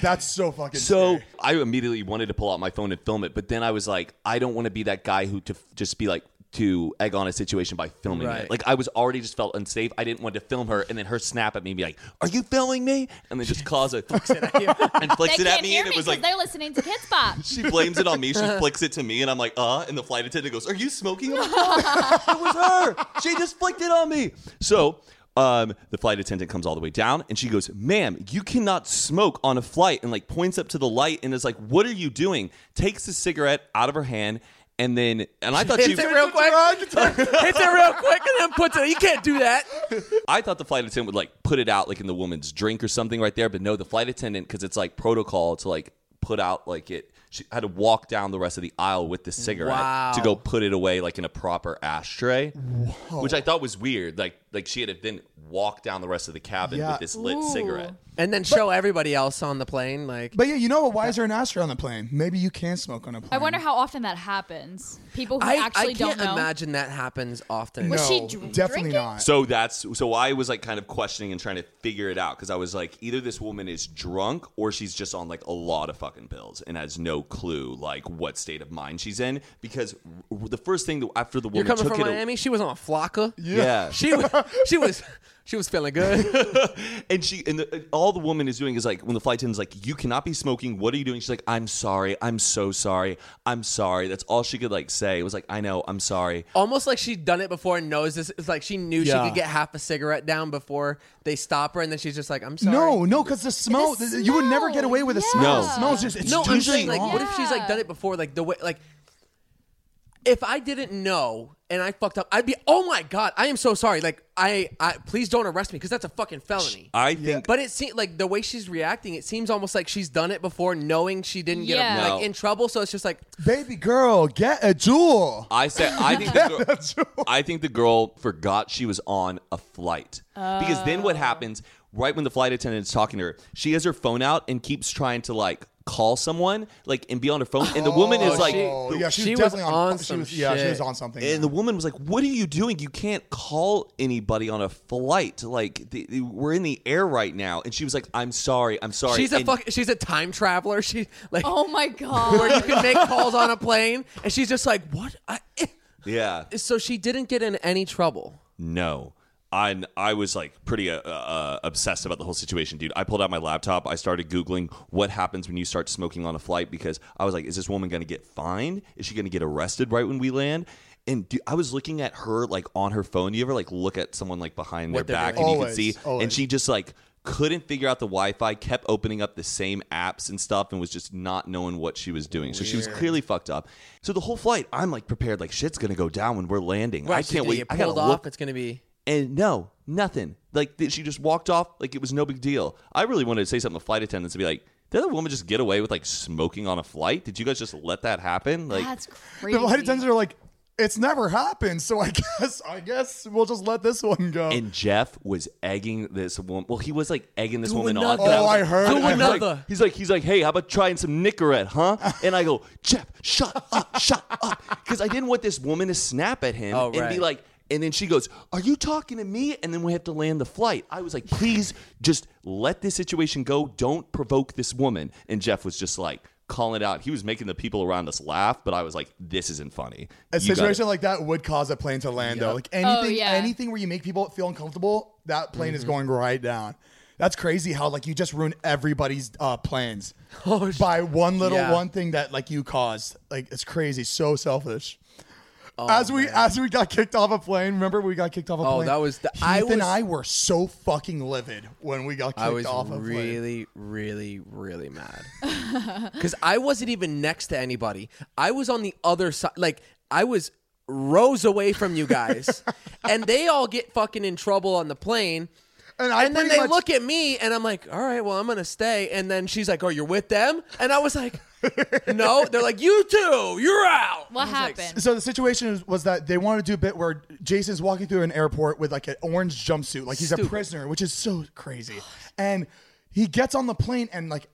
S2: That's so fucking.
S3: So
S2: scary.
S3: I immediately wanted to pull out my phone and film it, but then I was like, I don't want to be that guy who to f- just be like to egg on a situation by filming
S1: Right.
S3: it. Like I was already just felt unsafe. I didn't want to film her, and then her snap at me and be like, "Are you filming me?" And then just cause a and
S4: They
S3: flicks it
S4: can't
S3: at me,
S4: hear
S3: and it
S4: me
S3: was
S4: because
S3: like.
S4: they're listening to Kids Bop.
S3: She blames it on me. She flicks it to me, and I'm like, uh. And the flight attendant goes, "Are you smoking?" I'm like, "No, it was her. She just flicked it on me. So, um, the flight attendant comes all the way down, and she goes, "Ma'am, you cannot smoke on a flight." And like points up to the light, and is like, "What are you doing?" Takes the cigarette out of her hand, and then, and I thought she,
S1: Hits it real quick. Hits it real quick and then puts it. You can't do that.
S3: I thought the flight attendant would like put it out like in the woman's drink or something right there, but no, the flight attendant because it's like protocol to like put out like it. She had to walk down the rest of the aisle with the cigarette
S1: Wow.
S3: to go put it away like in a proper ashtray, which I thought was weird. Like like she had to then walk down the rest of the cabin
S2: Yeah.
S3: with this lit
S4: Ooh.
S3: cigarette.
S1: And then show everybody else on the plane. Like,
S2: But yeah, you know what? Why is there an ashtray on the plane? Maybe you can smoke on a plane.
S4: I wonder how often that happens. People who
S1: I, I
S4: actually
S1: can't
S4: don't know.
S1: imagine that happens often.
S2: no,
S4: Was she dr-
S2: definitely
S4: drinking?
S2: not.
S3: So that's so I was like kind of questioning and trying to figure it out because I was like, either this woman is drunk or she's just on like a lot of fucking pills and has no clue like what state of mind she's in. Because w- the first thing that after the
S1: You're
S3: woman
S1: coming
S3: took
S1: from
S3: it, a-
S1: Miami. She was on a flocka.
S3: yeah,
S1: She was. She was. She was feeling good.
S3: and she and, the, and all the woman is doing is like when the flight attendant's like, you cannot be smoking. What are you doing? She's like, I'm sorry, I'm so sorry, I'm sorry. That's all she could like say. It was like, I know, I'm sorry.
S1: Almost like she'd done it before and knows this. It's like she knew
S2: Yeah.
S1: she could get half a cigarette down before they stop her, and then she's just like, "I'm sorry."
S2: no, no, because the smell,
S4: The
S2: you would never get
S4: smell,
S2: away with the
S4: yeah.
S2: smell.
S3: No.
S2: The smell's just it's
S1: no.
S2: too
S1: I'm saying like,
S2: strong.
S1: what if she's like
S4: Yeah.
S1: done it before? Like the way, like if I didn't know and I fucked up, I'd be, "Oh my god, I am so sorry." Like I, I please don't arrest me because that's a fucking felony.
S3: I think
S1: But it seems like the way she's reacting, it seems almost like she's done it before, knowing she didn't get
S4: Yeah.
S1: like
S3: No.
S1: in trouble. So it's just like
S2: Baby girl, get a jewel.
S3: I said I think the girl, I think the girl forgot she was on a flight because then
S1: Oh.
S3: what happens right when the flight attendant is talking to her, she has her phone out and keeps trying to like call someone like and be on her phone, and the woman is like.
S2: oh, yeah, she's
S1: she was
S2: definitely
S1: on
S2: she
S1: some
S2: was, Yeah, she
S1: shit.
S2: was on something.
S3: And the woman was like, "What are you doing? You can't call anybody on a flight. Like, the, the- we're in the air right now." And she was like, "I'm sorry, I'm sorry."
S1: she's a
S3: And-
S1: fuck, she's a time traveler. She like
S4: Oh my
S1: where you
S4: god!
S1: can make calls on a plane, and she's just like, "What? I, eh,
S3: Yeah.
S1: So she didn't get in any trouble.
S3: No. I, I was like pretty uh, uh, obsessed about the whole situation, dude. I pulled out my laptop. I started Googling what happens when you start smoking on a flight because I was like, is this woman going to get fined? Is she going to get arrested right when we land? And dude, I was looking at her like on her phone. You ever like look at someone like behind
S1: What
S3: their
S1: they're
S3: back
S1: doing.
S3: and
S2: Always,
S3: you can see?
S2: always.
S3: And she just like couldn't figure out the Wi Fi, kept opening up the same apps and stuff, and was just not knowing what she was doing. So she was clearly fucked up. So the whole flight, I'm like prepared, like shit's going to go down when we're landing. I
S1: she's
S3: can't
S1: gonna
S3: wait.
S1: Get
S3: I got
S1: pulled
S3: to
S1: off.
S3: look
S1: It's gonna be.
S3: and no, nothing. Like th- she just walked off like it was no big deal. I really wanted to say something to flight attendants and be like, "Did that woman just get away with like smoking on a flight? Did you guys just let that happen?" Like,
S4: That's crazy.
S2: The flight attendants are like, it's never happened, so I guess I guess we'll just let this one go.
S3: and Jeff was egging this woman. Well, he was like egging this woman on.
S1: another.
S3: but
S2: Oh,
S3: was
S2: I
S3: like-
S2: heard-
S3: was
S2: I
S1: heard.
S3: Like, he's like, he's like, hey, how about trying some Nicorette, huh? And I go, Jeff, shut up, shut up, because I didn't want this woman to snap at him
S1: Oh,
S3: and be
S1: right.
S3: like. And then she goes, "Are you talking to me?" And then we have to land the flight. I was like, "Please, just let this situation go. Don't provoke this woman." And Jeff was just like calling it out. He was making the people around us laugh, but I was like, "This isn't funny."
S2: a
S3: You gotta-
S2: situation like that would cause a plane to land though. Like anything,
S4: Oh, yeah.
S2: anything where you make people feel uncomfortable, that plane
S1: Mm-hmm.
S2: is going right down. That's crazy how like you just ruin everybody's uh, plans
S1: Oh, sh-
S2: by one little
S1: Yeah.
S2: one thing that like you caused. Like it's crazy, so selfish. as we as we got kicked off a plane, remember we got kicked off a
S1: Oh,
S2: plane.
S1: that was the-
S2: Heath
S1: I
S2: and
S1: was-
S2: I were so fucking livid when we got kicked
S1: I was
S2: off a plane.
S1: really, really, really mad because I wasn't even next to anybody. I was on the other side. Like I was rows away from you guys, and they all get fucking in trouble on the plane.
S2: And I
S1: and then
S2: pretty
S1: they
S2: much-
S1: look at me, and I'm like, "All right, well, I'm gonna stay." And then she's like, "Oh, you're with them?" And I was like, "No." They're like, "You too. You're out."
S4: what happened?
S2: So the situation is- was that they wanted to do a bit where Jason's walking through an airport with like an orange jumpsuit, like he's a
S1: Stupid.
S2: prisoner, which is so crazy. And he gets on the plane and like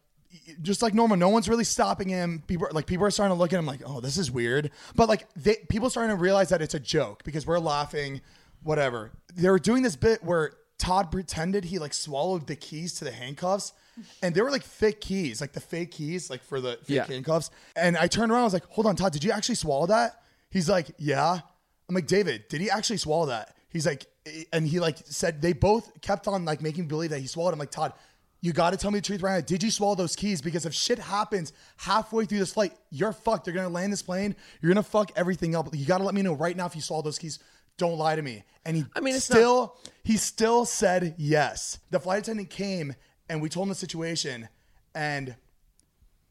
S2: just like normal, no one's really stopping him. People are- like people are starting to look at him like, oh, this is weird. But like they, people starting to realize that it's a joke because we're laughing, whatever. They were doing this bit where Todd pretended he like swallowed the keys to the handcuffs. And they were like fake keys, like the fake keys, like for the fake
S1: Yeah.
S2: handcuffs. And I turned around, I was like, hold on, Todd, did you actually swallow that? He's like, yeah. I'm like, David, did he actually swallow that? He's like, eh, and he like said, they both kept on like making believe that he swallowed. it. I'm like, Todd, you got to tell me the truth right now. Did you swallow those keys? Because if shit happens halfway through this flight, you're fucked. You're going to land this plane. You're going to fuck everything up. You got to let me know right now if you swallowed those keys. Don't lie to me. And he I
S1: mean,
S2: mean,
S1: it's
S2: still, he still said yes. The flight attendant came and we told him the situation and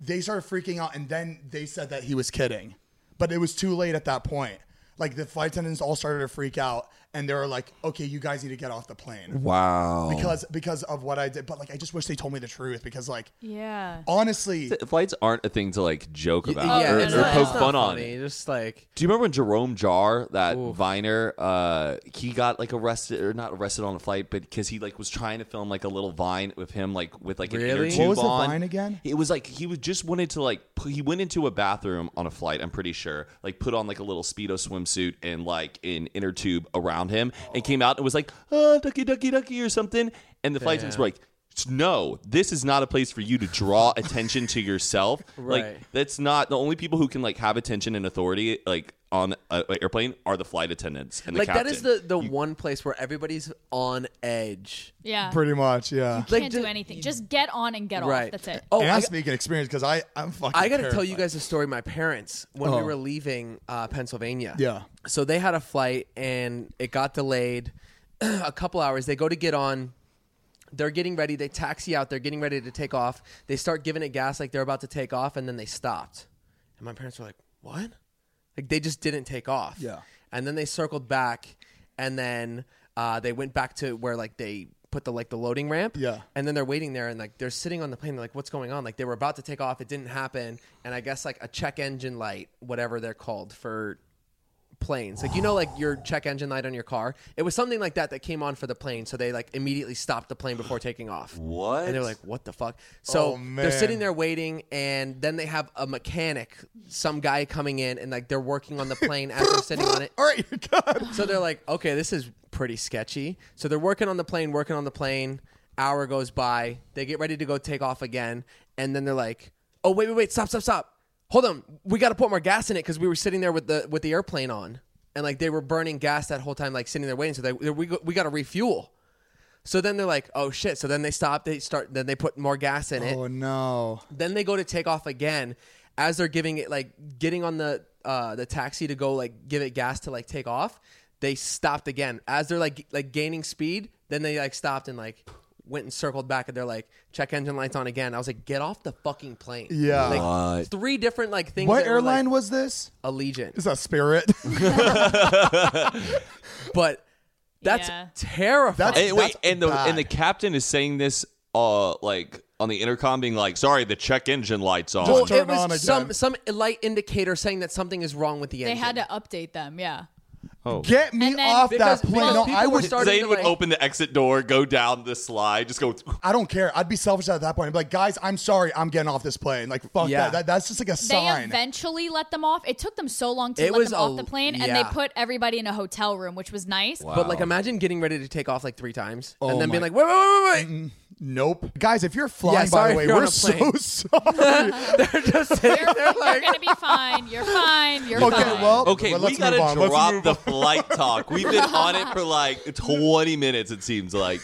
S2: they started freaking out and then they said that he was kidding but it was too late at that point like the flight attendants all started to freak out and they were like okay you guys need to get off the plane
S3: wow.
S2: because because of what i did but like i just wish they told me the truth because like
S4: Yeah.
S2: honestly
S3: flights aren't a thing to like joke about
S4: yeah,
S3: or,
S4: no, no,
S3: or
S4: no,
S3: poke
S4: it's Oh, not
S3: fun on.
S1: funny. Just like
S3: Do you remember when Jerome Jar, that Viner, uh, he got like arrested or not arrested on a flight, but because he like was trying to film like a little Vine with him, like with like an inner
S1: Really?
S3: tube
S1: What
S2: was the
S3: on.
S2: Vine again?
S3: It was like he was just wanted to like pu- he went into a bathroom on a flight. I'm pretty sure, like put on like a little speedo swimsuit and like an inner tube around him, and came out and was like, "Oh, ducky, ducky, ducky," or something. And the flight attendants were like. No, this is not a place for you to draw attention to yourself.
S1: Right.
S3: Like that's not the only people who can like have attention and authority like on an airplane are the flight attendants and the
S1: like
S3: captain.
S1: that is the the one place where everybody's on edge.
S4: Yeah.
S2: pretty much yeah
S1: Like,
S4: Can't
S1: ju-
S4: do anything. Just get on and get
S1: Right.
S4: off. That's it.
S1: Oh,
S2: and
S1: I
S2: i'm
S1: got-
S2: speaking experience because i i'm fucking
S1: I got to tell
S2: terrified. Uh-huh.
S1: you guys a story. My parents, when we were leaving uh, Pennsylvania,
S2: Yeah.
S1: So they had a flight and it got delayed a couple hours. They go to get on. They're getting ready. They taxi out. They're getting ready to take off. They start giving it gas like they're about to take off, and then they stopped. And my parents were like, "What?" Like they just didn't take off.
S2: Yeah.
S1: And then they circled back, and then uh, they went back to where like they put the like the loading ramp.
S2: Yeah.
S1: And then they're waiting there and like they're sitting on the plane. They're like, what's going on? Like they were about to take off. It didn't happen. And I guess like a check engine light, whatever they're called for planes. Like, you know, like your check engine light on your car. It was something like that that came on for the plane. So they like immediately stopped the plane before taking off.
S3: What?
S1: And they're like, what the fuck? So
S2: Oh,
S1: they're
S2: man.
S1: sitting there waiting. And then they have a mechanic, some guy coming in and like they're working on the plane as they're sitting on it.
S2: all right you're good
S1: So they're like, okay, this is pretty sketchy. So they're working on the plane, working on the plane. Hour goes by. They get ready to go take off again. And then they're like, oh, wait, wait, wait, stop, stop, stop. Hold on. We got to put more gas in it because we were sitting there with the with the airplane on. and like they were burning gas that whole time, like sitting there waiting. So they, we go- we got to refuel. So then they're like, oh shit. So then they stop. They start. Then they put more gas in it.
S2: Oh no.
S1: Then they go to take off again as they're giving it like getting on the uh the taxi to go like give it gas to like take off. They stopped again as they're like g- like gaining speed. Then they like stopped and like went and circled back and they're like check engine lights on again. I was like get off the fucking plane.
S2: Yeah.
S1: Like
S3: What?
S1: three different like things.
S2: What
S1: that were, like,
S2: airline was this?
S1: Allegiant.
S2: It's a Spirit.
S1: But that's
S4: Yeah.
S1: terrifying.
S2: That's-
S3: And wait,
S2: That's
S3: and the
S2: bad.
S3: and the captain is saying this uh like on the intercom being like, sorry, the check engine light's on.
S1: well,
S2: turn
S1: it was
S2: on again.
S1: some some light indicator saying that something is wrong with the
S4: They
S1: engine.
S4: had to update them. Yeah.
S2: Get me
S4: And then-
S2: off
S1: Because-
S2: that plane.
S1: because
S2: no,
S1: people
S2: I
S1: were
S2: would.
S1: starting
S3: Zane
S1: to,
S3: would
S1: like-
S3: open the exit door, go down the slide, just go.
S2: I don't care. I'd be selfish at that point. I'd be like, guys, I'm sorry. I'm getting off this plane. Like, fuck
S1: Yeah.
S2: that. that. That's just like a
S4: They
S2: sign.
S4: eventually let them off. It took them so long to
S1: It
S4: let
S1: was
S4: them off
S1: a-
S4: the plane, and they
S1: yeah.
S4: put everybody in a hotel room, which was nice.
S1: But like,
S3: Wow.
S1: imagine getting ready to take off like three times and then
S2: Oh my-
S1: being like, wait, wait, wait, wait, wait.
S2: nope. Guys, if you're flying,
S1: sorry
S2: by the way,
S1: if you're on
S2: we're
S1: a
S2: so
S1: plane.
S2: sorry.
S1: They're just sitting there
S4: You're
S1: like,
S4: gonna be fine. You're fine. You're
S2: Okay,
S4: fine.
S2: well-
S3: Okay,
S2: well,
S3: we
S2: let's
S3: gotta
S2: move on. Let's
S3: drop
S2: move
S3: the flight talk. We've been on it for like 20 minutes. It seems like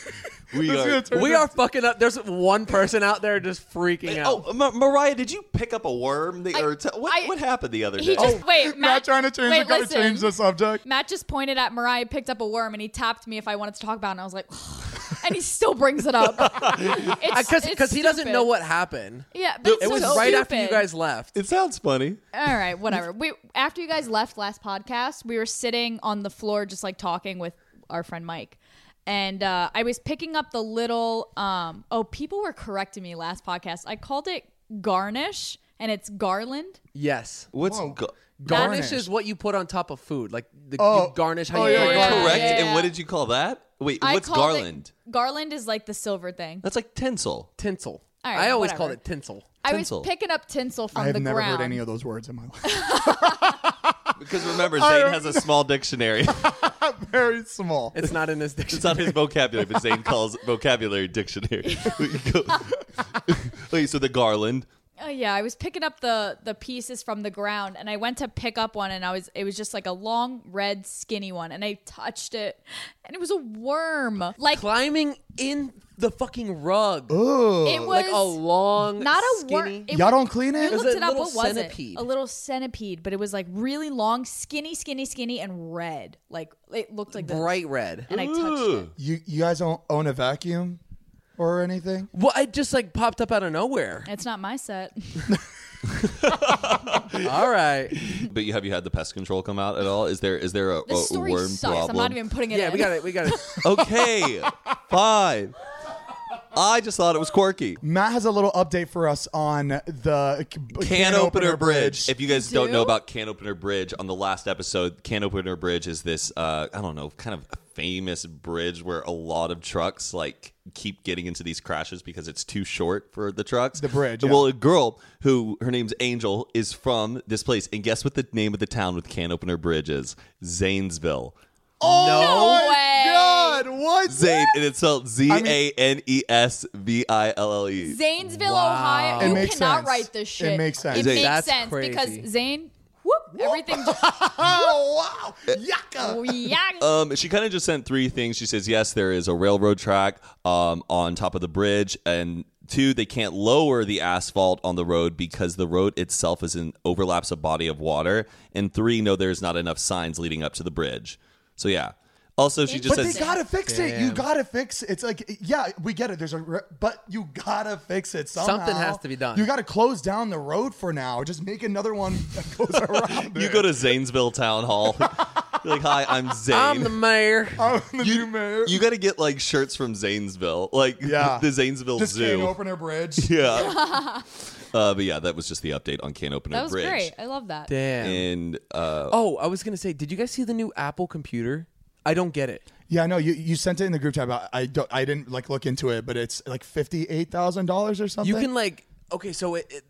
S3: we
S2: This is
S3: are.
S2: gonna turn
S1: we are fucking up. There's one person out there just freaking out.
S3: Oh, Ma- Mariah, did you pick up a worm? The,
S4: I-
S3: or t- what,
S4: I-
S3: what happened the other
S4: He
S3: day?
S4: just wait. Matt,
S2: Not oh, trying to change.
S4: Wait,
S2: we gotta
S4: listen.
S2: change the subject.
S4: Matt just pointed at Mariah, picked up a worm, and he tapped me if I wanted to talk about it. And I was like, and he still brings it up.
S1: Because because
S4: Because
S1: Uh, he doesn't know what happened.
S4: Yeah, but it's
S1: It
S4: so
S1: was right after you
S4: stupid.
S1: guys left.
S3: Oh, it sounds funny.
S4: All right, whatever. We after you guys left last podcast, we were sitting on the floor just like talking with our friend Mike. And uh, I was picking up the little um oh, people were correcting me last podcast. I called it garnish and it's garland.
S1: Yes.
S3: What's go-
S1: Garnish,
S2: Garnish.
S1: is what you put on top of food, like the
S2: Oh.
S1: you garnish. How
S2: Oh,
S1: you
S2: yeah,
S1: put
S4: yeah.
S1: garnish.
S3: correct?
S4: Yeah.
S3: And what did you call that? Wait,
S4: I
S3: what's
S4: called it-
S3: garland?
S4: garland is like the silver thing.
S3: That's like tinsel.
S1: tinsel.
S4: All right,
S1: I always
S4: whatever.
S1: called it tinsel.
S4: I was
S3: Tinsel.
S4: picking up tinsel from
S2: I have
S4: the
S2: never
S4: ground.
S2: heard any of those words in my life.
S3: Because remember, Zane has a small dictionary.
S2: Very small.
S1: It's not in this
S3: It's not
S1: dictionary.
S3: his vocabulary, but Zane calls vocabulary dictionary. Wait, so the garland.
S4: Oh yeah, I was picking up the the pieces from the ground, and I went to pick up one, and I was it was just like a long, red, skinny one, and I touched it, and it was a worm. Like
S1: Climbing in the fucking rug,
S4: it was
S1: like a long,
S4: not a
S1: skinny.
S4: worm. It
S2: Y'all
S4: was-
S2: don't clean
S4: You
S2: it.
S1: was
S4: looked
S1: a
S4: it up.
S1: little
S4: What was
S1: centipede.
S4: it? A little centipede, but it was like really long, skinny, skinny, skinny, and red. Like it looked like this.
S1: bright red.
S4: and I touched it.
S2: You you guys don't own a vacuum or anything.
S1: Well, it just like popped up out of nowhere.
S4: It's not my set.
S1: All right.
S3: But you have you had the pest control come out at all? Is there is there a,
S4: This
S3: a
S4: story
S3: worm
S4: sucks.
S3: problem?
S4: I'm not even putting it.
S1: Yeah,
S4: in.
S1: we got it. We got it.
S3: okay, fine. I just thought it was quirky.
S2: Matt has a little update for us on the c-
S3: Can opener bridge. If you guys
S4: You
S3: do? not
S4: do?
S3: know about can opener bridge, on the last episode, can opener bridge is this uh, I don't know, kind of a famous bridge where a lot of trucks like keep getting into these crashes because it's too short for the trucks. The
S2: bridge, yeah.
S3: Well, a girl who her name's Angel is from this place, and guess what the name of the town with can opener bridge is? Zanesville.
S2: Oh
S4: No
S2: my
S4: way.
S2: God! What?
S3: Zane, and it's spelled Z A N E S V I L L E.
S4: Zanesville,
S1: Wow.
S4: Ohio.
S1: It
S4: You
S2: makes
S4: cannot
S2: sense.
S4: write this shit.
S2: It makes sense.
S4: It
S3: Zane.
S4: makes
S1: That's
S4: sense
S1: crazy.
S4: because Zane, whoop, everything just
S2: Oh wow! Yucca.
S4: react.
S3: Um, she kind of just sent three things. She says, yes, there is a railroad track um, on top of the bridge, and two, they can't lower the asphalt on the road because the road itself is in overlaps a body of water, and three, no, there's not enough signs leading up to the bridge. So yeah. Also, she just
S2: But they
S3: says,
S2: gotta fix it. You gotta fix it. It's like, yeah, we get it. There's a, re- but you gotta fix it somehow.
S1: Something has to be done.
S2: You gotta close down the road for now. Just make another one that goes around.
S3: you go to Zanesville Town Hall. You're like, hi, I'm Zane.
S1: I'm the mayor.
S2: you, mayor.
S3: you got to get like shirts from Zanesville, like
S2: Yeah.
S3: the Zanesville
S2: just
S3: Zoo.
S2: can't open a bridge.
S3: Yeah. uh, but yeah, that was just the update on Can Opener
S4: that was
S3: Bridge.
S4: great. I love that.
S1: Damn.
S3: And uh,
S1: oh, I was gonna say, did you guys see the new Apple computer? I don't get it.
S2: Yeah, no, you you sent it in the group chat. About, I don't, I didn't like look into it, but it's like fifty eight thousand dollars or something.
S1: You can like, okay, so it, it,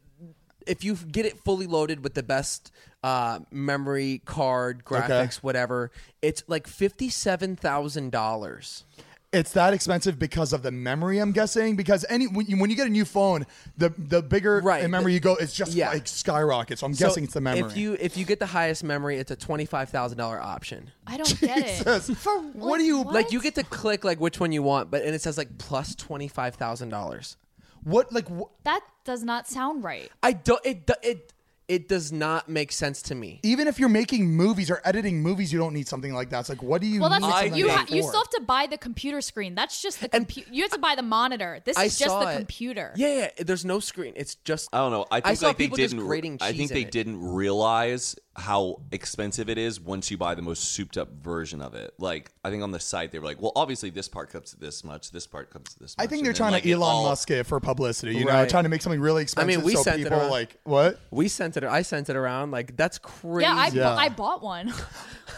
S1: if you get it fully loaded with the best uh, memory card, graphics, whatever, it's like fifty-seven thousand dollars.
S2: it's that expensive because of the memory. I'm guessing because any when you, when you get a new phone, the the bigger
S1: Right.
S2: in memory you go, it's just
S1: Yeah.
S2: like skyrockets. So I'm
S1: So
S2: guessing it's the memory.
S1: If you if you get the highest memory, it's a twenty five thousand dollar option.
S4: I don't get it.
S2: Jesus.
S4: For
S2: What do you-
S1: Like you get to click like which one you want, but and it says like plus twenty five thousand dollars.
S2: what like wh-
S4: that does not sound right.
S1: I don't. It do- it it does not make sense to me.
S2: even if you're making movies or editing movies, you don't need something like that. It's like what do you?
S4: Well,
S2: need
S4: that's
S2: something
S4: you.
S2: like
S4: Ha-
S2: that
S4: you
S2: for?
S4: still have to buy the computer screen. That's just the computer. You have to buy the monitor. This
S1: I
S4: is just
S1: saw
S4: the
S1: it.
S4: computer.
S1: Yeah, yeah. There's no screen. It's just.
S3: I don't know. I think
S1: saw
S3: like they
S1: people just
S3: didn't.
S1: grating
S3: I
S1: cheese
S3: think
S1: in
S3: they
S1: it.
S3: didn't realize how expensive it is once you buy the most souped up version of it. Like I think on the site they were like, well, obviously this part comes to this much, this part comes to this much.
S2: I think
S3: and
S2: they're
S3: then,
S2: trying
S3: like,
S2: to
S3: it
S2: Elon
S3: all-
S2: Musk it for publicity. You know,
S1: Right.
S2: trying to make something really
S1: I
S2: expensive.
S1: mean, we
S2: so
S1: sent it
S2: people are
S1: around.
S2: like what?
S1: We sent it. I sent it around. Like that's crazy.
S4: Yeah, I,
S2: Yeah.
S4: I bought one.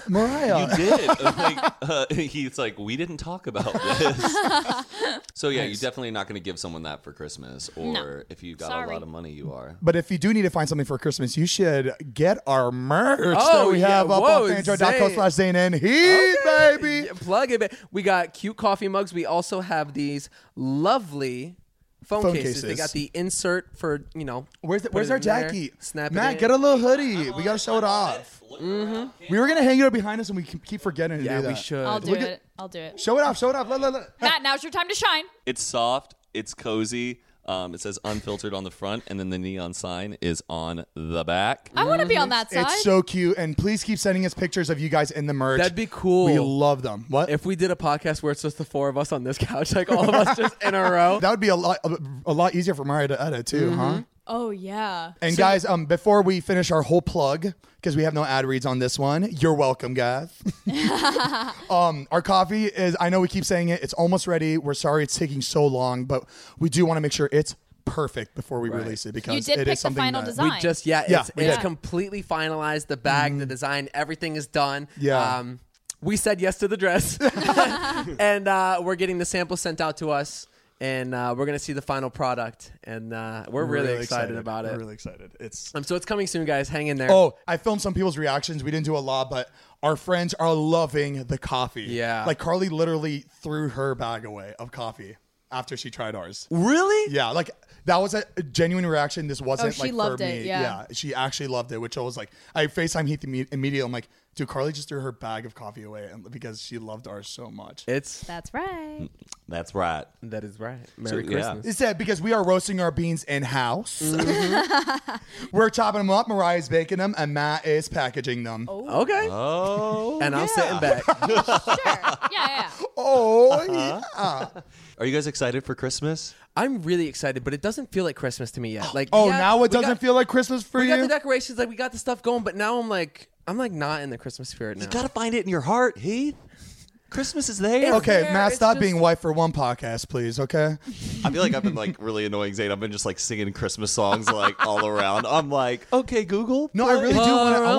S2: Mariah,
S3: You did. like, uh, he's like, we didn't talk about this. so yeah, you're definitely not going to give someone that for Christmas, or
S4: No.
S3: if you got a
S4: Sorry.
S3: lot of money, you are.
S2: But if you do need to find something for Christmas, you should get our merch that
S1: Oh,
S2: we
S1: yeah.
S2: have up
S1: Whoa,
S2: on fanjoy.co
S1: Zane.
S2: slash Zane and Heat, baby.
S1: Yeah, Plug it. ba- We got cute coffee mugs. We also have these lovely phone,
S2: Phone
S1: cases. They
S2: cases.
S1: got the insert for you know.
S2: Where's, the,
S1: put
S2: where's
S1: it
S2: our
S1: in there,
S2: jacket?
S1: Snap it
S2: Matt,
S1: in.
S2: get a little hoodie. we got to show it off. We were going to hang it up behind us, and we keep keep forgetting to do
S1: Yeah,
S2: that.
S1: we should.
S4: Mm-hmm. I'll do
S2: Look at-
S4: it. I'll do it.
S2: Show it off. Show it off. Look, look, look.
S4: Matt, now's your time to shine.
S3: It's soft. It's cozy. Um, it says unfiltered on the front, and then the neon sign is on the back.
S4: I want to be on that side.
S2: It's so cute. And please keep sending us pictures of you guys in the merch.
S1: That'd be cool.
S2: We love them. What?
S1: if we did a podcast where it's just the four of us on this couch, like all of us just in a row.
S2: that would be a lot, a lot easier for Mario to edit, too, huh?
S4: oh yeah.
S2: And guys, um, before we finish our whole plug, because we have no ad reads on this one, you're welcome, guys. um, our coffee is, I know we keep saying it, it's almost ready. We're sorry it's taking so long, but we do want to make sure it's perfect before we release it because
S4: You
S2: it
S4: did
S2: is
S4: pick the
S2: something
S4: final
S2: that-
S4: design.
S1: We just yeah,
S2: Yeah,
S1: it's,
S2: we
S1: it's
S2: did.
S1: completely finalized. The bag, the design, everything is done.
S2: Yeah.
S1: Um, we said yes to the dress, and uh, we're getting the sample sent out to us, and uh, we're gonna see the final product, and uh, we're really, excited, about it.
S2: We're really excited. It's
S1: um, so it's coming soon, guys. Hang in there.
S2: Oh, I filmed some people's reactions. We didn't do a lot, but our friends are loving the coffee.
S1: Yeah.
S2: Like Carly literally threw her bag away of coffee after she tried ours.
S1: really?
S2: Yeah, like that was a genuine reaction. This wasn't
S4: Oh, she
S2: like
S4: loved
S2: for
S4: it,
S2: me.
S4: yeah.
S2: she actually loved it, which I was like, I Facetime Heath imme- immediately. I'm like, dude, Carly just threw her bag of coffee away and, because she loved ours so much.
S1: It's
S4: That's right.
S3: That's right.
S1: that is right. Merry
S3: So, yeah.
S1: Christmas.
S2: It's that because we are roasting our beans in house.
S4: Mm-hmm.
S2: We're chopping them up. Mariah's baking them, and Matt is packaging them. Oh,
S1: Okay.
S3: Oh.
S1: and I'm sitting back.
S4: Sure. Yeah, yeah.
S2: Oh, yeah.
S3: Are you guys excited for Christmas?
S1: I'm really excited, but it doesn't feel like Christmas to me yet. Like
S2: Oh,
S1: yeah,
S2: now
S1: we
S2: it doesn't
S1: got-
S2: feel like Christmas for
S1: We
S2: you.
S1: got the decorations, like we got the stuff going, but now I'm like, I'm like not in the Christmas spirit now.
S3: You gotta find it in your heart, Heath. Christmas is there.
S2: okay,
S1: Yeah,
S2: Matt,
S1: it's
S2: stop
S1: just-
S2: being white for one podcast, please. Okay.
S3: I feel like I've been like really annoying Zane. I've been just like singing Christmas songs like all around. I'm like, okay, Google.
S2: No, I really do want to. I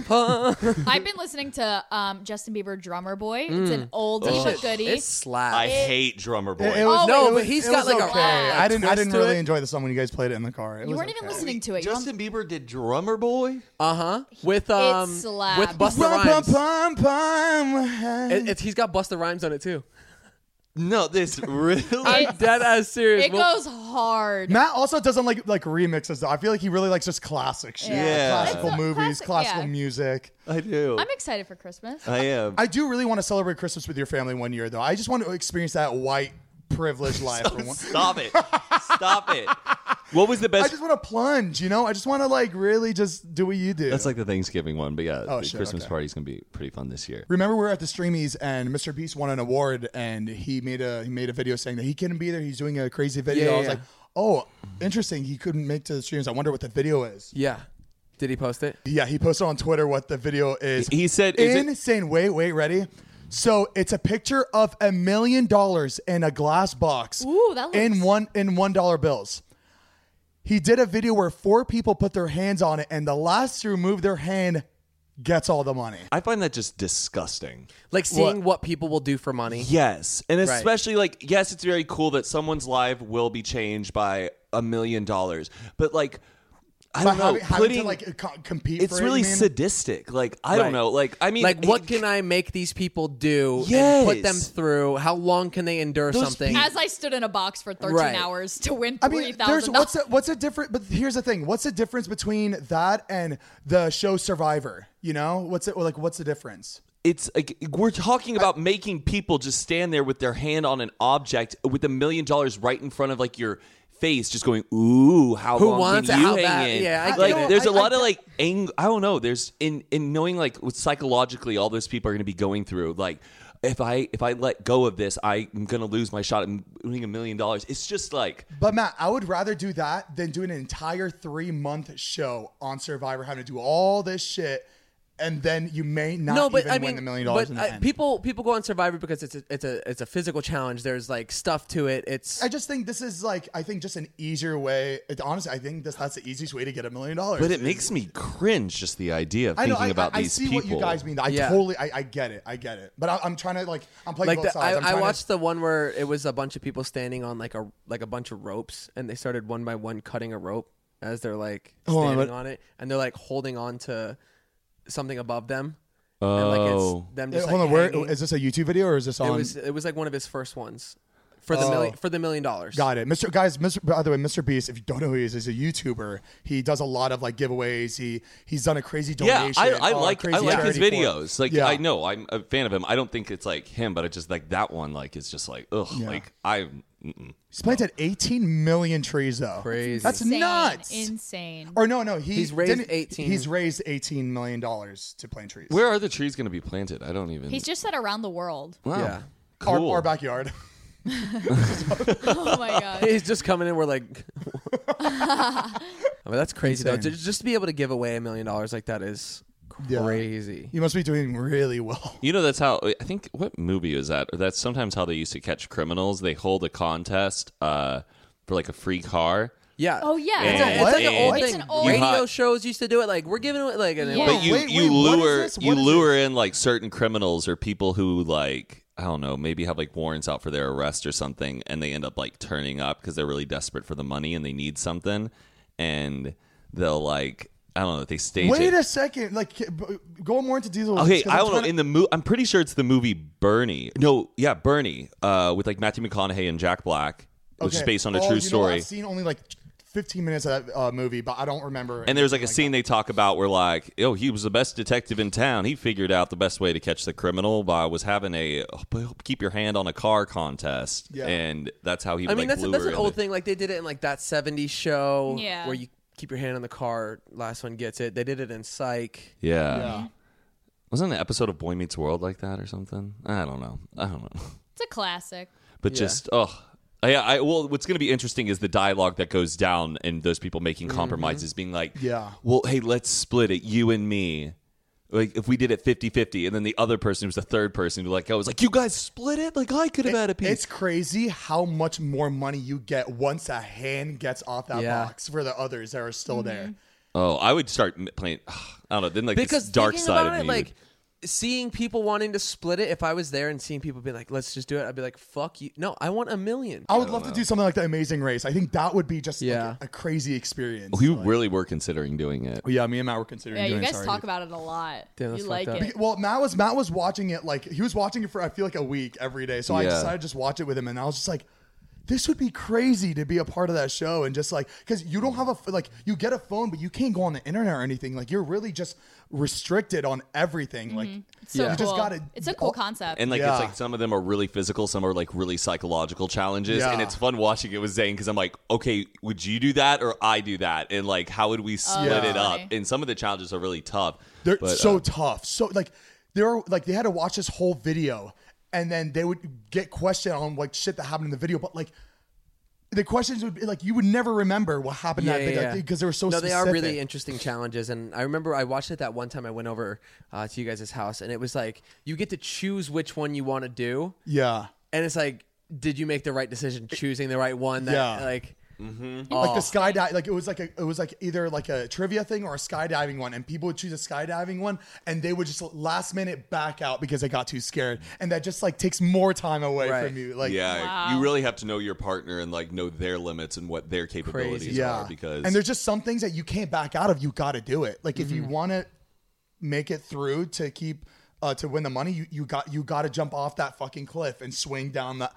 S2: want to.
S1: to.
S4: I've been listening to um, Justin Bieber "Drummer Boy." It's
S1: Mm.
S4: an oldie
S1: Oh,
S4: but goodie.
S1: It slaps.
S3: I hate drummer boy.
S2: It was,
S4: Oh,
S1: no,
S2: it was-
S1: but he's
S2: it
S1: got
S2: was
S1: like a-
S2: okay.
S1: a
S2: I didn't. I
S1: twist
S2: didn't
S1: to
S2: really
S1: it.
S2: enjoy the song when you guys played it in the car. It
S4: you
S2: was
S4: weren't
S2: okay.
S4: even listening to it. You
S3: Justin Bieber did drummer boy.
S1: uh huh. With um,
S4: slaps.
S1: with Busta
S2: Pum,
S1: Rhymes.
S2: pum, pum, pum.
S1: It- it's- he's got Busta Rhymes on it too.
S3: No, this really.
S1: I'm dead ass serious.
S4: it
S1: Well,
S4: goes hard.
S2: Matt also doesn't like like remixes. Though. I feel like he really likes just classic shit, like
S3: Yeah.
S2: classical
S4: That's a
S2: movies,
S4: classic-
S2: classical
S4: yeah.
S2: music.
S3: I do.
S4: I'm excited for Christmas.
S1: Uh,
S3: I am.
S2: I do really want to celebrate Christmas with your family one year, though. I just want to experience that white privileged life. for one.
S3: Stop it. Stop it. What was the
S2: I
S3: best?
S2: just want to plunge. You know, I just want to like really just do what you do.
S3: That's like the Thanksgiving one, but yeah, the
S2: shit,
S3: Christmas
S2: Oh, okay.
S3: party's gonna be pretty fun this year.
S2: Remember, we were at the Streamies, and Mr. Beast won an award, and he made a he made a video saying that he couldn't be there. He's doing a crazy video.
S1: Yeah,
S2: I was
S1: yeah,
S2: like, oh, interesting. He couldn't make to the streams. I wonder what the video is.
S1: yeah. Did he post it?
S2: Yeah, he posted on Twitter what the video is.
S3: He said, is it-
S2: insane. Wait, wait, ready? So it's a picture of a million dollars in a glass box.
S4: Ooh, that looks-
S2: in one in one dollar bills. He did a video where four people put their hands on it, and the last to remove their hand gets all the money.
S3: I find that just disgusting.
S1: Like seeing what, people will do for money.
S3: Yes, and
S1: Right.
S3: especially like yes, it's very cool that someone's life will be changed by a million dollars, but like I
S2: But
S3: don't know.
S2: having, having to
S3: Oh, putting-
S2: like co- compete.
S3: it's
S2: for it,
S3: really
S2: you mean?
S3: sadistic. Like I
S1: Right.
S3: don't know. Like I mean,
S1: Like, what can I make these people do and put
S3: Yes.
S1: them through? How long can they endure
S3: Those
S1: something?
S3: peop-
S4: As I stood in a box for 13
S1: Right.
S4: hours to win
S2: I mean,
S4: three
S2: there's
S4: thousand
S2: what's
S4: dollars.
S2: a, what's a different? But here's the thing: what's the difference between that and the show Survivor? You know, what's it like? What's the difference?
S3: It's like we're talking about making people just stand there with their hand on an object with a million dollars right in front of like your face, just going, "Ooh, how
S1: Who
S3: long
S1: wants
S3: can
S1: it?
S3: you
S1: How
S3: hang
S1: bad?"
S3: in?"
S1: Yeah, I
S2: get
S3: like
S2: it.
S3: there's a
S2: I-
S3: lot
S2: I-
S3: of like, ang- I don't know. There's in in knowing like what psychologically all those people are going to be going through, like. If I if I let go of this, I'm gonna lose my shot at winning a million dollars. It's just like
S2: But Matt, I would rather do that than do an entire three month show on Survivor, having to do all this shit, and then you may not
S1: no, but
S2: even
S1: I
S2: win
S1: mean,
S2: the million dollars
S1: but,
S2: in the
S1: uh,
S2: end.
S1: people people go on Survivor because it's a, it's a it's a physical challenge. There's like stuff to it. It's
S2: I just think this is like I think just an easier way. It, honestly, I think this, that's the easiest way to get a million dollars.
S3: But it makes me cringe just the idea of
S2: I know,
S3: thinking
S2: I,
S3: about
S2: I,
S3: these
S2: I see
S3: people.
S2: what you guys mean. I
S1: Yeah.
S2: totally, I, I get it. I get it. But I, I'm trying to like, I'm playing
S1: like
S2: both
S1: the,
S2: sides. I'm
S1: I, I
S2: trying to-
S1: watched the one where it was a bunch of people standing on like a like a bunch of ropes, and they started one by one cutting a rope as they're like
S2: on,
S1: standing
S2: what-
S1: on it, and they're like holding on to something above them. and, like, it's
S3: Oh.
S1: them
S2: Hey,
S1: just,
S2: Eh, Uh, hold
S1: like,
S2: on, where
S1: hanging.
S2: is this a YouTube video or is this
S1: It
S2: on?
S1: was it was like one of his first ones for the
S2: Oh.
S1: million for the million dollars.
S2: Got it, Mr. Guys. Mr. By the way, Mr. Beast. If you don't know who he is, he's a YouTuber. He does a lot of like giveaways. He he's done a crazy
S3: yeah,
S2: donation.
S3: I, I
S2: uh,
S3: like
S2: crazy
S3: I like his
S2: charity for-
S3: videos. Like
S2: Yeah.
S3: I know I'm a fan of him. I don't think it's like him, but I just like that one. Like it's just like ugh. Like I mm-mm.
S2: He's planted 18 million trees though.
S1: Crazy.
S2: That's nuts.
S4: Insane.
S2: or no, no. He
S1: He's raised
S2: didn't-
S1: 18.
S2: He's raised 18 million dollars to plant trees.
S3: where are the trees going to be planted? I don't even.
S4: He's just said around the world.
S3: wow.
S1: Yeah.
S2: Our-
S3: Cool.
S2: Our, backyard.
S4: Oh my god.
S1: He's just coming in. We're like, I mean, that's crazy though.
S2: Insane.
S1: To- just to be able to give away a million dollars like that is
S2: Yeah.
S1: crazy.
S2: You must be doing really well.
S3: You know that's how I think. What movie was that? That's sometimes how they used to catch criminals. They hold a contest uh, for like a free car.
S1: Yeah.
S4: Oh, yeah.
S1: It's,
S3: And-
S1: a, it's like an
S3: and-
S1: old
S3: It's
S1: thing.
S4: an old-
S1: Radio
S3: You hot-
S1: shows used to do it. Like we're giving away like an
S4: Yeah.
S3: But you,
S2: Wait, wait,
S3: you
S2: what is
S3: lure
S2: this?
S3: you
S2: What is
S3: lure in like certain criminals or people who like I don't know maybe have like warrants out for their arrest or something, and they end up like turning up because they're really desperate for the money and they need something, and they'll like I don't know they stage
S2: Wait
S3: it.
S2: a second. Like, c- b- go more into detail.
S3: Okay,
S2: because
S3: I
S2: I'm
S3: don't know.
S2: trying to-
S3: In the movie, I'm pretty sure it's the movie Bernie. No, yeah, Bernie, uh, with like Matthew McConaughey and Jack Black, which is
S2: Okay.
S3: based on
S2: Oh,
S3: a true
S2: you know,
S3: story.
S2: I've seen only like 15 minutes of that uh, movie, but I don't remember.
S3: And there's like a scene they talk about where like, oh, he was the best detective in town. He figured out the best way to catch the criminal by was having a uh, keep your hand on a car contest,
S2: Yeah.
S3: and that's how he.
S1: I mean,
S3: like,
S1: that's that's
S3: lure
S1: an
S3: in
S1: old
S3: the-
S1: thing. Like they did it in like that '70s show
S4: Yeah.
S1: where you keep your hand on the car, last one gets it. They did it in Psych.
S3: Yeah.
S2: Yeah.
S3: wasn't an episode of Boy Meets World like that or something? I don't know. I don't know.
S4: It's a classic.
S3: But just oh. Yeah, I, well, what's going to be interesting is the dialogue that goes down and those people making
S1: Mm-hmm.
S3: compromises, being like,
S2: Yeah.
S3: well, hey, let's split it, you and me. Like, if we did it 50 50, and then the other person who's the third person who like, I was like, you guys split it? Like, I could have had a piece.
S2: It's crazy how much more money you get once a hand gets off that
S1: Yeah.
S2: box for the others that are still there.
S4: Mm-hmm.
S3: Oh, I would start m- playing. I don't know. Then like
S1: because
S3: this dark
S1: thinking
S3: side
S1: about
S3: of
S1: it,
S3: me.
S1: like seeing people wanting to split it. If I was there and seeing people be like, "Let's just do it," I'd be like, "Fuck you!" No, I want a million.
S2: I would love to do something like the Amazing Race. I think that would be just like,
S1: Yeah.
S2: a crazy experience.
S3: would, we really were considering doing it.
S2: Oh, yeah, me and Matt were considering.
S4: Yeah, you
S2: doing
S4: guys
S2: this
S4: talk
S2: already.
S4: about it a lot.
S1: Damn, that's
S4: you like
S1: fucked up.
S4: it.
S2: Well, Matt was Matt was watching it like he was watching it for I feel like a week every day. So I
S3: Yeah.
S2: decided to just watch it with him, and I was just like. This would be crazy to be a part of that show and just like because you don't have a f- like you get a phone but you can't go on the internet or anything like you're really just restricted on everything like
S4: Mm-hmm. It's so
S1: Yeah.
S2: You
S4: cool.
S2: just gotta-
S4: it's a cool
S2: all-
S4: concept.
S3: And like
S2: Yeah.
S3: it's like some of them are really physical, some are like really psychological challenges, and
S2: Yeah.
S3: it's fun watching it with Zane because I'm like, okay, would you do that or I do that, and like how would we split
S2: that's
S3: it up?
S4: funny.
S3: And some of the challenges are really tough.
S2: They're
S3: but,
S2: so
S3: uh,
S2: tough. So like they were like they had to watch this whole video and then they would get questioned on like shit that happened in the video, but like the questions would be like you would never remember what happened in that video because they were so
S1: no,
S2: specific.
S1: they are really interesting challenges. And I remember I watched it that one time I went over uh, to you guys' house, and it was like you get to choose which one you want to do,
S2: yeah.
S1: and it's like, did you make the right decision choosing the right one? That,
S2: Yeah.
S1: like
S3: Mm-hmm.
S2: Like
S3: Oh.
S2: the skydive, like it was like a, it was like either like a trivia thing or a skydiving one, and people would choose a skydiving one, and they would just last minute back out because they got too scared, and that just like takes more time away
S1: Right.
S2: from you. Like
S3: yeah,
S4: Wow.
S3: you really have to know your partner and like know their limits and what their capabilities
S1: Crazy.
S2: yeah,
S3: are because
S2: and there's just some things that you can't back out of. You got to do it. Like if
S3: Mm-hmm.
S2: you want to make it through to keep uh, to win the money, you you got you got to jump off that fucking cliff and swing down the.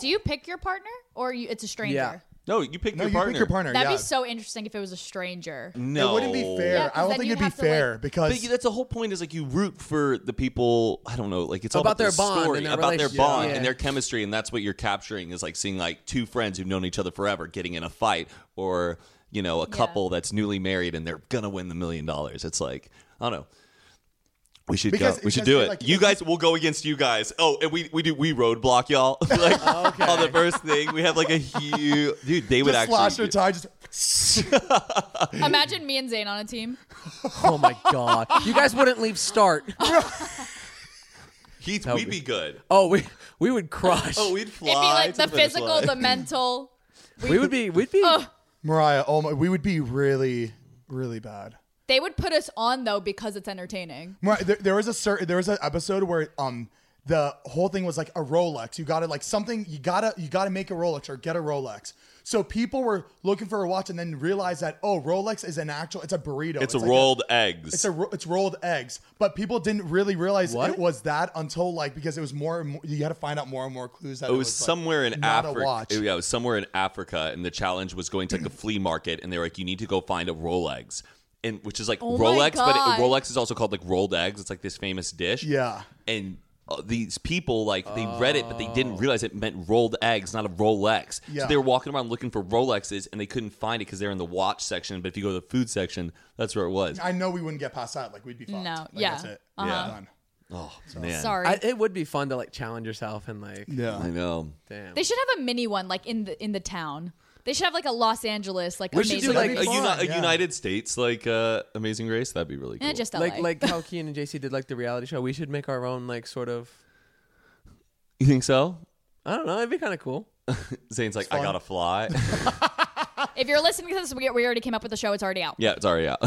S4: Do you pick your partner or you, it's a stranger?
S1: Yeah.
S3: no, you pick
S2: No,
S3: your
S2: you
S3: partner.
S2: pick your partner.
S4: That'd
S2: yeah.
S4: be so interesting if it was a stranger.
S3: No,
S2: It wouldn't be fair.
S4: Yeah, 'cause
S2: I don't
S4: then
S2: think
S4: you'd
S2: it'd be
S4: have to,
S2: fair
S4: like-
S2: because
S3: But that's the whole point. Is like you root for the people. I don't know. Like it's all
S1: About
S3: about,
S1: their bond and
S3: story,
S1: their
S3: about their
S1: relationship.
S3: bond
S1: Yeah.
S3: and their chemistry, and that's what you're capturing. Is like seeing like two friends who've known each other forever getting in a fight, or you know, a couple that's newly married and they're gonna win the million dollars. It's like I don't know. We should
S2: Because
S3: go.
S2: it's
S3: We should
S2: just
S3: do
S2: like-
S3: it.
S2: like-
S3: you guys, we'll go against you guys. Oh, and we we do we roadblock y'all. like on the first thing, we have like a huge dude. They would
S2: just
S3: actually
S2: slash
S3: do-
S2: your tie. Just
S4: Imagine me and Zayn on a team.
S1: Oh my god, you guys wouldn't leave start.
S3: Heath,
S1: would
S3: we'd
S1: be-
S3: be good.
S1: Oh, we we would crush.
S3: Oh, we'd fly.
S4: It'd be like
S3: to
S4: the
S3: finish
S4: physical,
S3: line.
S4: the mental.
S1: we would be we'd be.
S2: Mariah, oh my, we would be really, really bad.
S4: They would put us on though because it's entertaining.
S2: Right. There, there was a certain there was an episode where um the whole thing was like a Rolex. You gotta like something you gotta you gotta make a Rolex or get a Rolex. So people were looking for a watch and then realized that oh Rolex is an actual it's a burrito.
S3: It's, a
S2: like
S3: rolled eggs.
S2: it's a ro- it's rolled eggs, but people didn't really realize
S1: What?
S2: it was that until like because it was more, and more you had to find out more and more clues that
S3: it was somewhere in
S2: not a
S3: Africa.
S2: watch.
S3: Yeah, it was somewhere in Africa, and the challenge was going to like a flea market, and they were like, "You need to go find a Rolex." And which is like
S4: Oh my
S3: Rolex, but
S4: God.
S3: it, Rolex is also called like rolled eggs. It's like this famous dish.
S2: Yeah.
S3: And uh, these people like they read it, but they didn't realize it meant rolled eggs, not a Rolex.
S2: Oh. Yeah.
S3: So they were walking around looking for Rolexes, and they couldn't find it because they're in the watch section. But if you go to the food section, that's where it was.
S2: I know we wouldn't get past that. Like we'd be fucked.
S4: No,
S2: Like,
S4: yeah.
S2: That's it.
S3: Uh-huh. Yeah.
S2: Done.
S3: oh man,
S4: Sorry.
S1: I, it would be fun to like challenge yourself and like.
S3: I know.
S1: Damn.
S4: they should have a mini one like in the in the town. They should have like a Los Angeles like
S1: We should
S4: amazing.
S1: do, like,
S3: a,
S1: That'd be
S3: uni-
S2: fun,
S3: a
S2: yeah.
S3: United States like uh, Amazing Race. That'd be really cool.
S4: Eh, just LA.
S1: Like like how Keen and JC did like the reality show. We should make our own like sort of.
S3: you think so?
S1: I don't know. It'd be kind of cool.
S3: Zane's like, I gotta fly.
S4: if you're listening to this, we, we already came up with the show. It's already out.
S3: yeah, it's already out.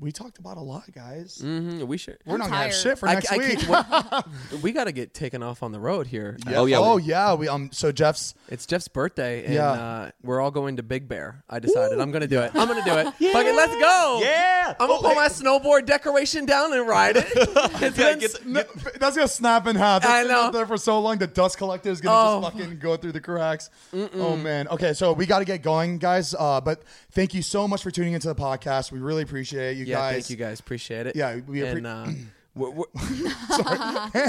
S2: We talked about a lot, guys.
S1: Mm, we should.
S2: We're not gonna have
S4: tired.
S2: shit for
S1: I-
S2: next
S1: I
S2: week.
S1: keep- what- we got to get taken off on the road here.
S2: Yeah.
S3: Oh, yeah,
S2: Oh
S3: we-
S2: yeah. We um. So Jeff's
S1: It's Jeff's birthday, and
S2: Yeah.
S1: uh, we're all going to Big Bear. I decided I'm gonna do it. I'm gonna do it. Fucking let's go!
S3: Yeah.
S1: I'm gonna
S3: Oh,
S1: pull
S3: hey.
S1: my snowboard decoration down and ride it. It's
S3: Yeah,
S1: been
S3: get the-
S1: s-
S2: Th- That's gonna snap in half. That's
S1: I
S2: been
S1: know.
S2: out there for so long. The dust collector is gonna
S1: Oh.
S2: just fucking go through the cracks. Oh man. Okay, so we got to get going, guys. Uh, but thank you so much for tuning into the podcast. We really appreciate it, you
S1: yeah,
S2: guys.
S1: thank you guys. Appreciate it.
S2: Yeah, we
S1: and, uh, we're- we're-
S2: Sorry.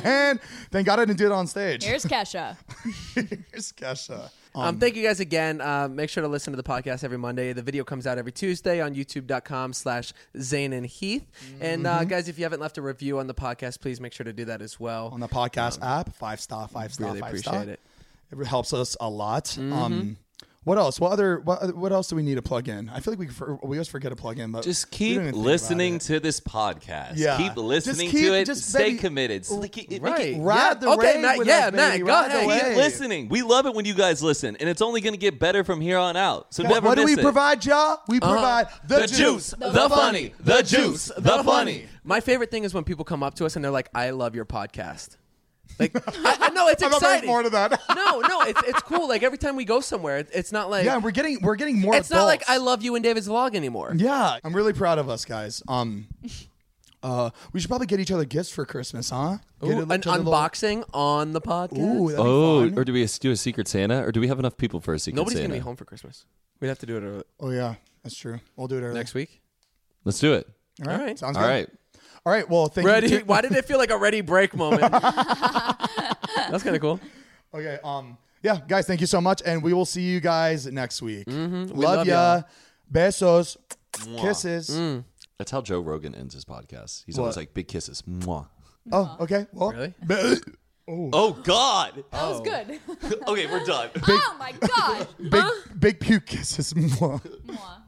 S2: and thank God I didn't do it on stage.
S4: Here's Kesha.
S2: Here's Kesha.
S1: um, thank you guys again. Uh, make sure to listen to the podcast every Monday. The video comes out every Tuesday on youtube.com slash Zane and Heath. And
S2: Mm-hmm.
S1: uh, guys, if you haven't left a review on the podcast, please make sure to do that as well.
S2: on the podcast app. Five star, five star,
S1: Um, really
S2: five
S1: appreciate
S2: star.
S1: it. Mm-hmm.
S2: It helps us a lot. Um, what else? What other? What, other- what else do we need to plug in? I feel like we for, we always forget to plug in, but
S3: Just
S2: we
S3: keep
S2: don't even think about
S3: listening
S2: it.
S3: to this podcast.
S2: Yeah.
S3: Keep listening
S2: Just keep-
S3: to it.
S2: just
S3: Stay
S2: baby-
S3: committed. Stay- keep- make
S1: Right.
S3: it-
S2: Ride
S1: Yeah,
S2: the
S1: okay,
S2: wave
S1: Matt,
S2: with
S1: yeah,
S2: us,
S1: Matt,
S2: baby.
S1: go
S2: Ride the
S1: ahead.
S2: wave.
S1: Hey.
S3: Keep listening. We love it when you guys listen, and it's only going to get better from here on out. So never
S2: what do
S3: miss
S2: we
S3: it.
S2: provide, y'all? We
S1: Uh-huh.
S2: provide the,
S3: The juice, the, funny, the juice, the funny.
S1: My favorite thing is when people come up to us and they're like, "I love your podcast." Like, I, I know it's
S2: I'm not
S1: exciting.
S2: bringing more to that.
S1: no, no, it's it's cool. Like every time we go somewhere, it- it's not like
S2: yeah, we're getting we're getting more.
S1: it's not like
S2: adults.
S1: I love you in David's vlog anymore.
S2: Yeah, I'm really proud of us guys. Um, uh, we should probably get each other gifts for Christmas, huh?
S1: Ooh,
S2: Get each
S1: an
S2: other little-
S1: unboxing Oh. on the podcast.
S2: Ooh, that'd be fun.
S3: Oh, do we do a Secret Santa, or do we have enough people for a Secret
S1: Nobody's gonna be home for Christmas. We'd have to do it early-
S2: oh yeah, that's true. We'll do it early.
S1: next week.
S3: Let's do it.
S2: All right,
S1: All right.
S2: sounds good. All right. Well, thank
S1: Ready?
S2: you.
S1: Why did it feel like a ready break moment? That's kind of cool.
S2: Okay. Um. Yeah, guys, thank you so much, and we will see you guys next week.
S1: Mm-hmm. We love
S2: Love,
S1: Mm.
S2: ya. Besos, kisses.
S3: That's how Joe Rogan ends his podcast. He's
S2: What?
S3: always like big kisses. Mwah.
S2: Oh, okay. Well,
S1: Really?
S3: Oh God.
S4: That was good.
S3: okay, we're done.
S4: oh my god.
S2: big, big puke kisses.
S4: Mwah.